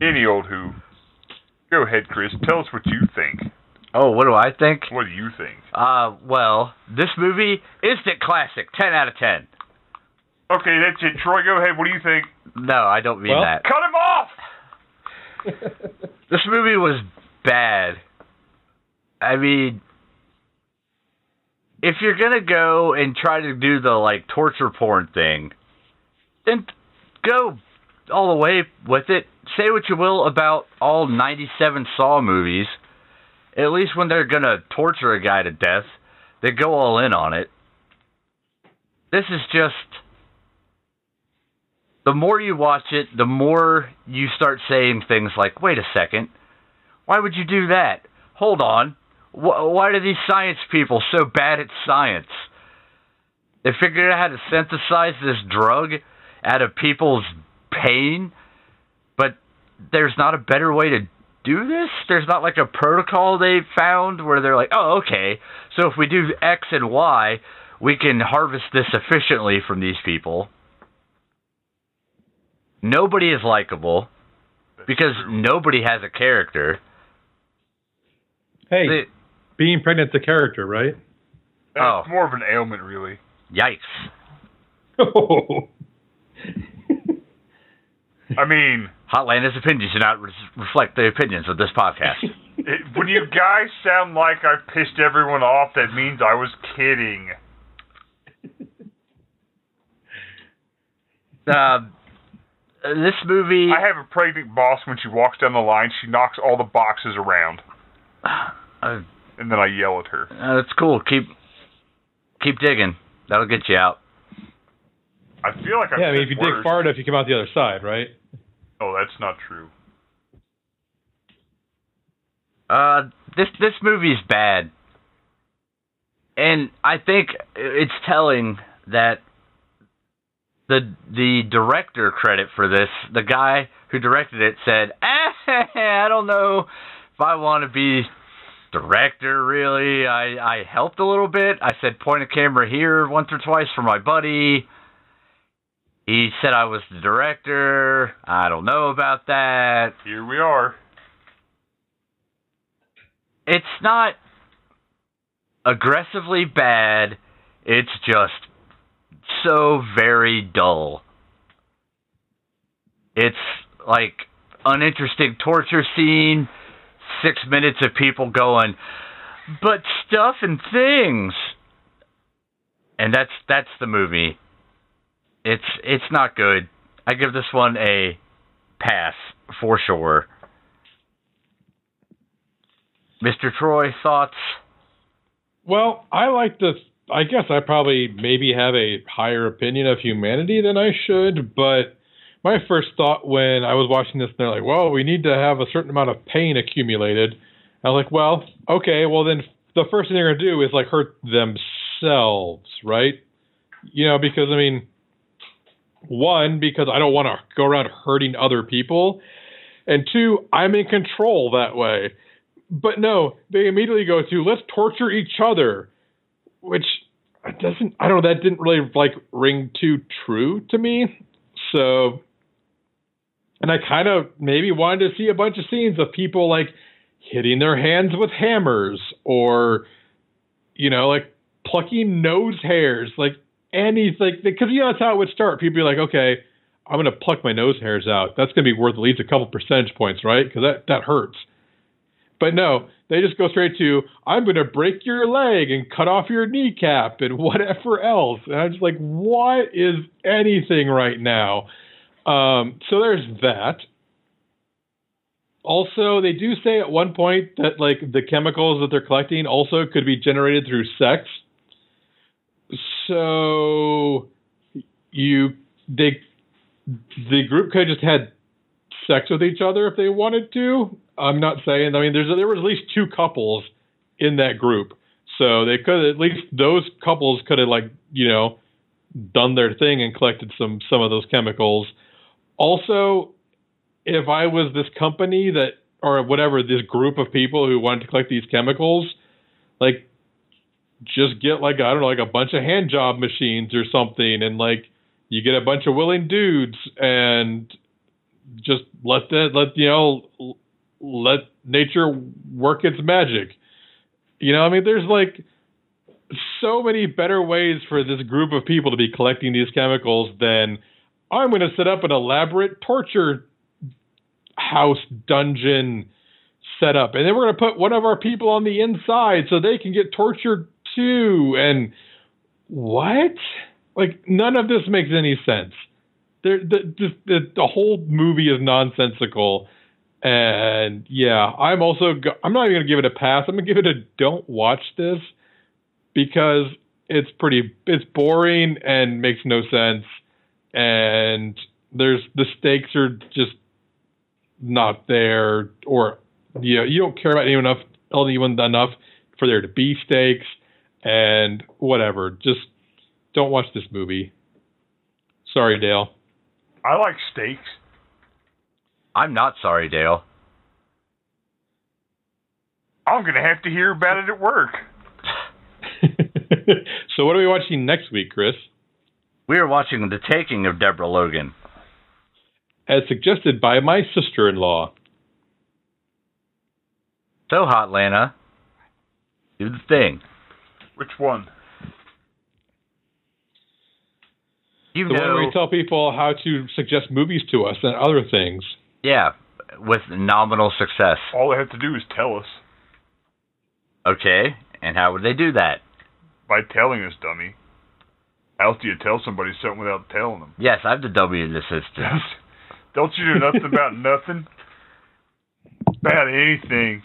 [SPEAKER 2] Any old who. Go ahead, Chris. Tell us what you think.
[SPEAKER 1] Oh, what do I think?
[SPEAKER 2] What do you think?
[SPEAKER 1] Uh, well, this movie, instant classic, 10 out of 10.
[SPEAKER 2] Okay, that's it. Troy, go ahead. What do you think?
[SPEAKER 1] No, I don't mean
[SPEAKER 3] Well-
[SPEAKER 1] that.
[SPEAKER 2] Cut him off.
[SPEAKER 1] This movie was bad. I mean, if you're gonna go and try to do the like torture porn thing, then go all the way with it. Say what you will about all 97 Saw movies. At least when they're gonna torture a guy to death, they go all in on it. This is just the more you watch it, the more you start saying things like, wait a second, why would you do that? Hold on. Wh- why are these science people so bad at science? They figured out how to synthesize this drug out of people's pain, but there's not a better way to do this? There's not like a protocol they found where they're like, oh, okay, so if we do X and Y, we can harvest this efficiently from these people nobody is likable because nobody has a character.
[SPEAKER 3] Hey,
[SPEAKER 1] They-
[SPEAKER 3] being pregnant's a character, right?
[SPEAKER 1] Oh.
[SPEAKER 2] That's more of an ailment, really.
[SPEAKER 1] yikes.
[SPEAKER 2] I mean,
[SPEAKER 1] Hotlander's opinions do not re- reflect the opinions of this podcast.
[SPEAKER 2] it, when you guys sound like I pissed everyone off, that means I was kidding.
[SPEAKER 1] um, this movie,
[SPEAKER 2] I have a pregnant boss. When she walks down the line, she knocks all the boxes around,
[SPEAKER 1] uh,
[SPEAKER 2] and then I yell at her.
[SPEAKER 1] uh, it's cool. Keep keep digging. That'll get you out.
[SPEAKER 2] I feel like I.
[SPEAKER 3] yeah, I mean,
[SPEAKER 2] said
[SPEAKER 3] if you
[SPEAKER 2] worse.
[SPEAKER 3] dig far enough, you come out the other side, right?
[SPEAKER 2] Oh, that's not true.
[SPEAKER 1] Uh, this this movie's bad, and I think it's telling that the the director credit for this, the guy who directed it, said, ah, "I don't know if I want to be director. Really, I I helped a little bit. I said point a camera here once or twice for my buddy. He said I was the director. I don't know about that.
[SPEAKER 2] Here we are.
[SPEAKER 1] It's not aggressively bad. It's just so very dull. It's like uninteresting torture scene, six minutes of people going, but stuff and things. And that's that's the movie. It's it's not good. I give this one a pass for sure. Mr. Troy, thoughts?
[SPEAKER 3] Well, I like this. I guess I probably maybe have a higher opinion of humanity than I should, but my first thought when I was watching this, they're like, well, we need to have a certain amount of pain accumulated. I was like, well, okay, well, then the first thing they're going to do is like hurt themselves, right? You know, because I mean, one, because I don't want to go around hurting other people, and two, I'm in control that way. But no, they immediately go to let's torture each other, which it doesn't. I don't know. That didn't really like ring too true to me. So, and I kind of maybe wanted to see a bunch of scenes of people like hitting their hands with hammers or, you know, like plucking nose hairs, like anything. Because you know that's how it would start. People be like, okay, I'm gonna pluck my nose hairs out. That's gonna be worth at least a couple percentage points, right? Because that that hurts. But no, they just go straight to I'm going to break your leg and cut off your kneecap and whatever else. And I'm just like, what is anything right now? Um, so there's that. Also, they do say at one point that like the chemicals that they're collecting also could be generated through sex. So you they the group could have just had sex with each other if they wanted to. I'm not saying. I mean, there's there was at least two couples in that group, so they could at least those couples could have like you know done their thing and collected some some of those chemicals. Also, if I was this company that or whatever this group of people who wanted to collect these chemicals, like just get like I don't know like a bunch of hand job machines or something, and like you get a bunch of willing dudes and just let that let you know let nature work its magic. You know, I mean, there's like so many better ways for this group of people to be collecting these chemicals than I'm going to set up an elaborate torture house dungeon setup, and then we're going to put one of our people on the inside so they can get tortured too. And what? Like, none of this makes any sense. There, the, the, the, the whole movie is nonsensical. And yeah, I'm also go- I'm not even gonna give it a pass. I'm gonna give it a don't watch this because it's pretty it's boring and makes no sense. And there's the stakes are just not there, or you know, you don't care about anyone enough anyone enough for there to be stakes and whatever. Just don't watch this movie. Sorry, Dale.
[SPEAKER 2] I like steaks.
[SPEAKER 1] I'm not sorry, Dale.
[SPEAKER 2] I'm gonna have to hear about it at work.
[SPEAKER 3] so what are we watching next week, Chris?
[SPEAKER 1] We are watching The Taking of Deborah Logan.
[SPEAKER 3] As suggested by my sister-in-law.
[SPEAKER 1] So hot, Lana. Do the thing.
[SPEAKER 2] Which one?
[SPEAKER 1] You
[SPEAKER 3] The one where
[SPEAKER 1] know,
[SPEAKER 3] we tell people how to suggest movies to us and other things.
[SPEAKER 1] yeah, with nominal success.
[SPEAKER 2] All they have to do is tell us
[SPEAKER 1] Okay, and how would they do that?
[SPEAKER 2] by telling us, dummy. How else do you tell somebody something without telling them?
[SPEAKER 1] Yes, I have the W in this instance.
[SPEAKER 2] Don't you do nothing about nothing? About anything.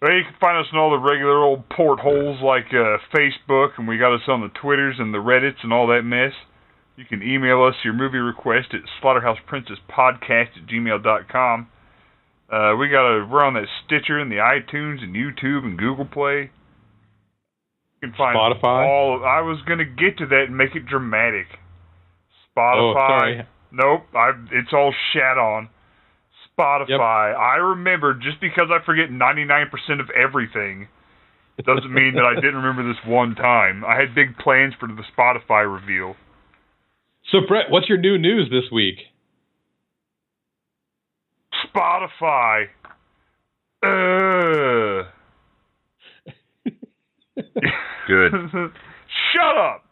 [SPEAKER 2] Well, you can find us in all the regular old portholes like uh, Facebook, and we got us on the Twitters and the Reddits and all that mess. You can email us your movie request at slaughterhouseprincesspodcast at gmail.com. Uh, we got a, we're on that Stitcher and the iTunes and YouTube and Google Play. You can find
[SPEAKER 3] Spotify?
[SPEAKER 2] All, I was going to get to that and make it dramatic. Spotify.
[SPEAKER 3] Oh, sorry.
[SPEAKER 2] Nope, I it's all shat on. Spotify. I remember just because I forget 99% of everything doesn't mean that I didn't remember this one time. I had big plans for the Spotify reveal.
[SPEAKER 3] So Brett, what's your new news this week?
[SPEAKER 2] Spotify. Uh.
[SPEAKER 1] Good.
[SPEAKER 2] Shut up.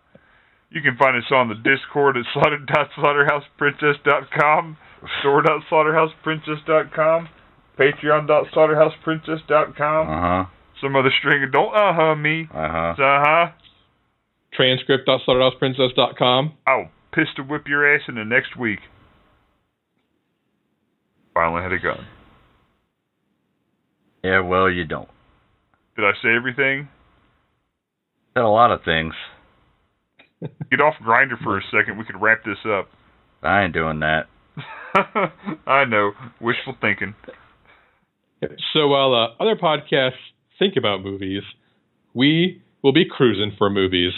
[SPEAKER 2] You can find us on the Discord at slaughter.slaughterhouseprincess.com, store.slaughterhouseprincess.com, patreon.slaughterhouseprincess.com,
[SPEAKER 1] Uh
[SPEAKER 2] some other string of don't uh huh me.
[SPEAKER 1] huh. Uh
[SPEAKER 2] Uh huh.
[SPEAKER 3] Transcript.slaughterhouseprincess.com.
[SPEAKER 2] I'll Oh, pistol whip your ass in the next week. Finally had a gun.
[SPEAKER 1] Yeah, well, you don't.
[SPEAKER 2] Did I say everything?
[SPEAKER 1] Said a lot of things.
[SPEAKER 2] Get off grinder for a second. We could wrap this up.
[SPEAKER 1] I ain't doing that.
[SPEAKER 2] I know. Wishful thinking.
[SPEAKER 3] So while uh, other podcasts think about movies, we will be cruising for movies.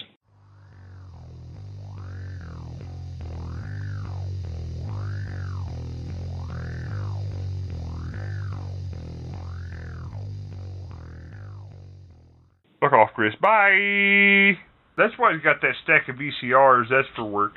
[SPEAKER 2] Fuck off, Chris. Bye. E That's why he's got that stack of VCRs. That's for work.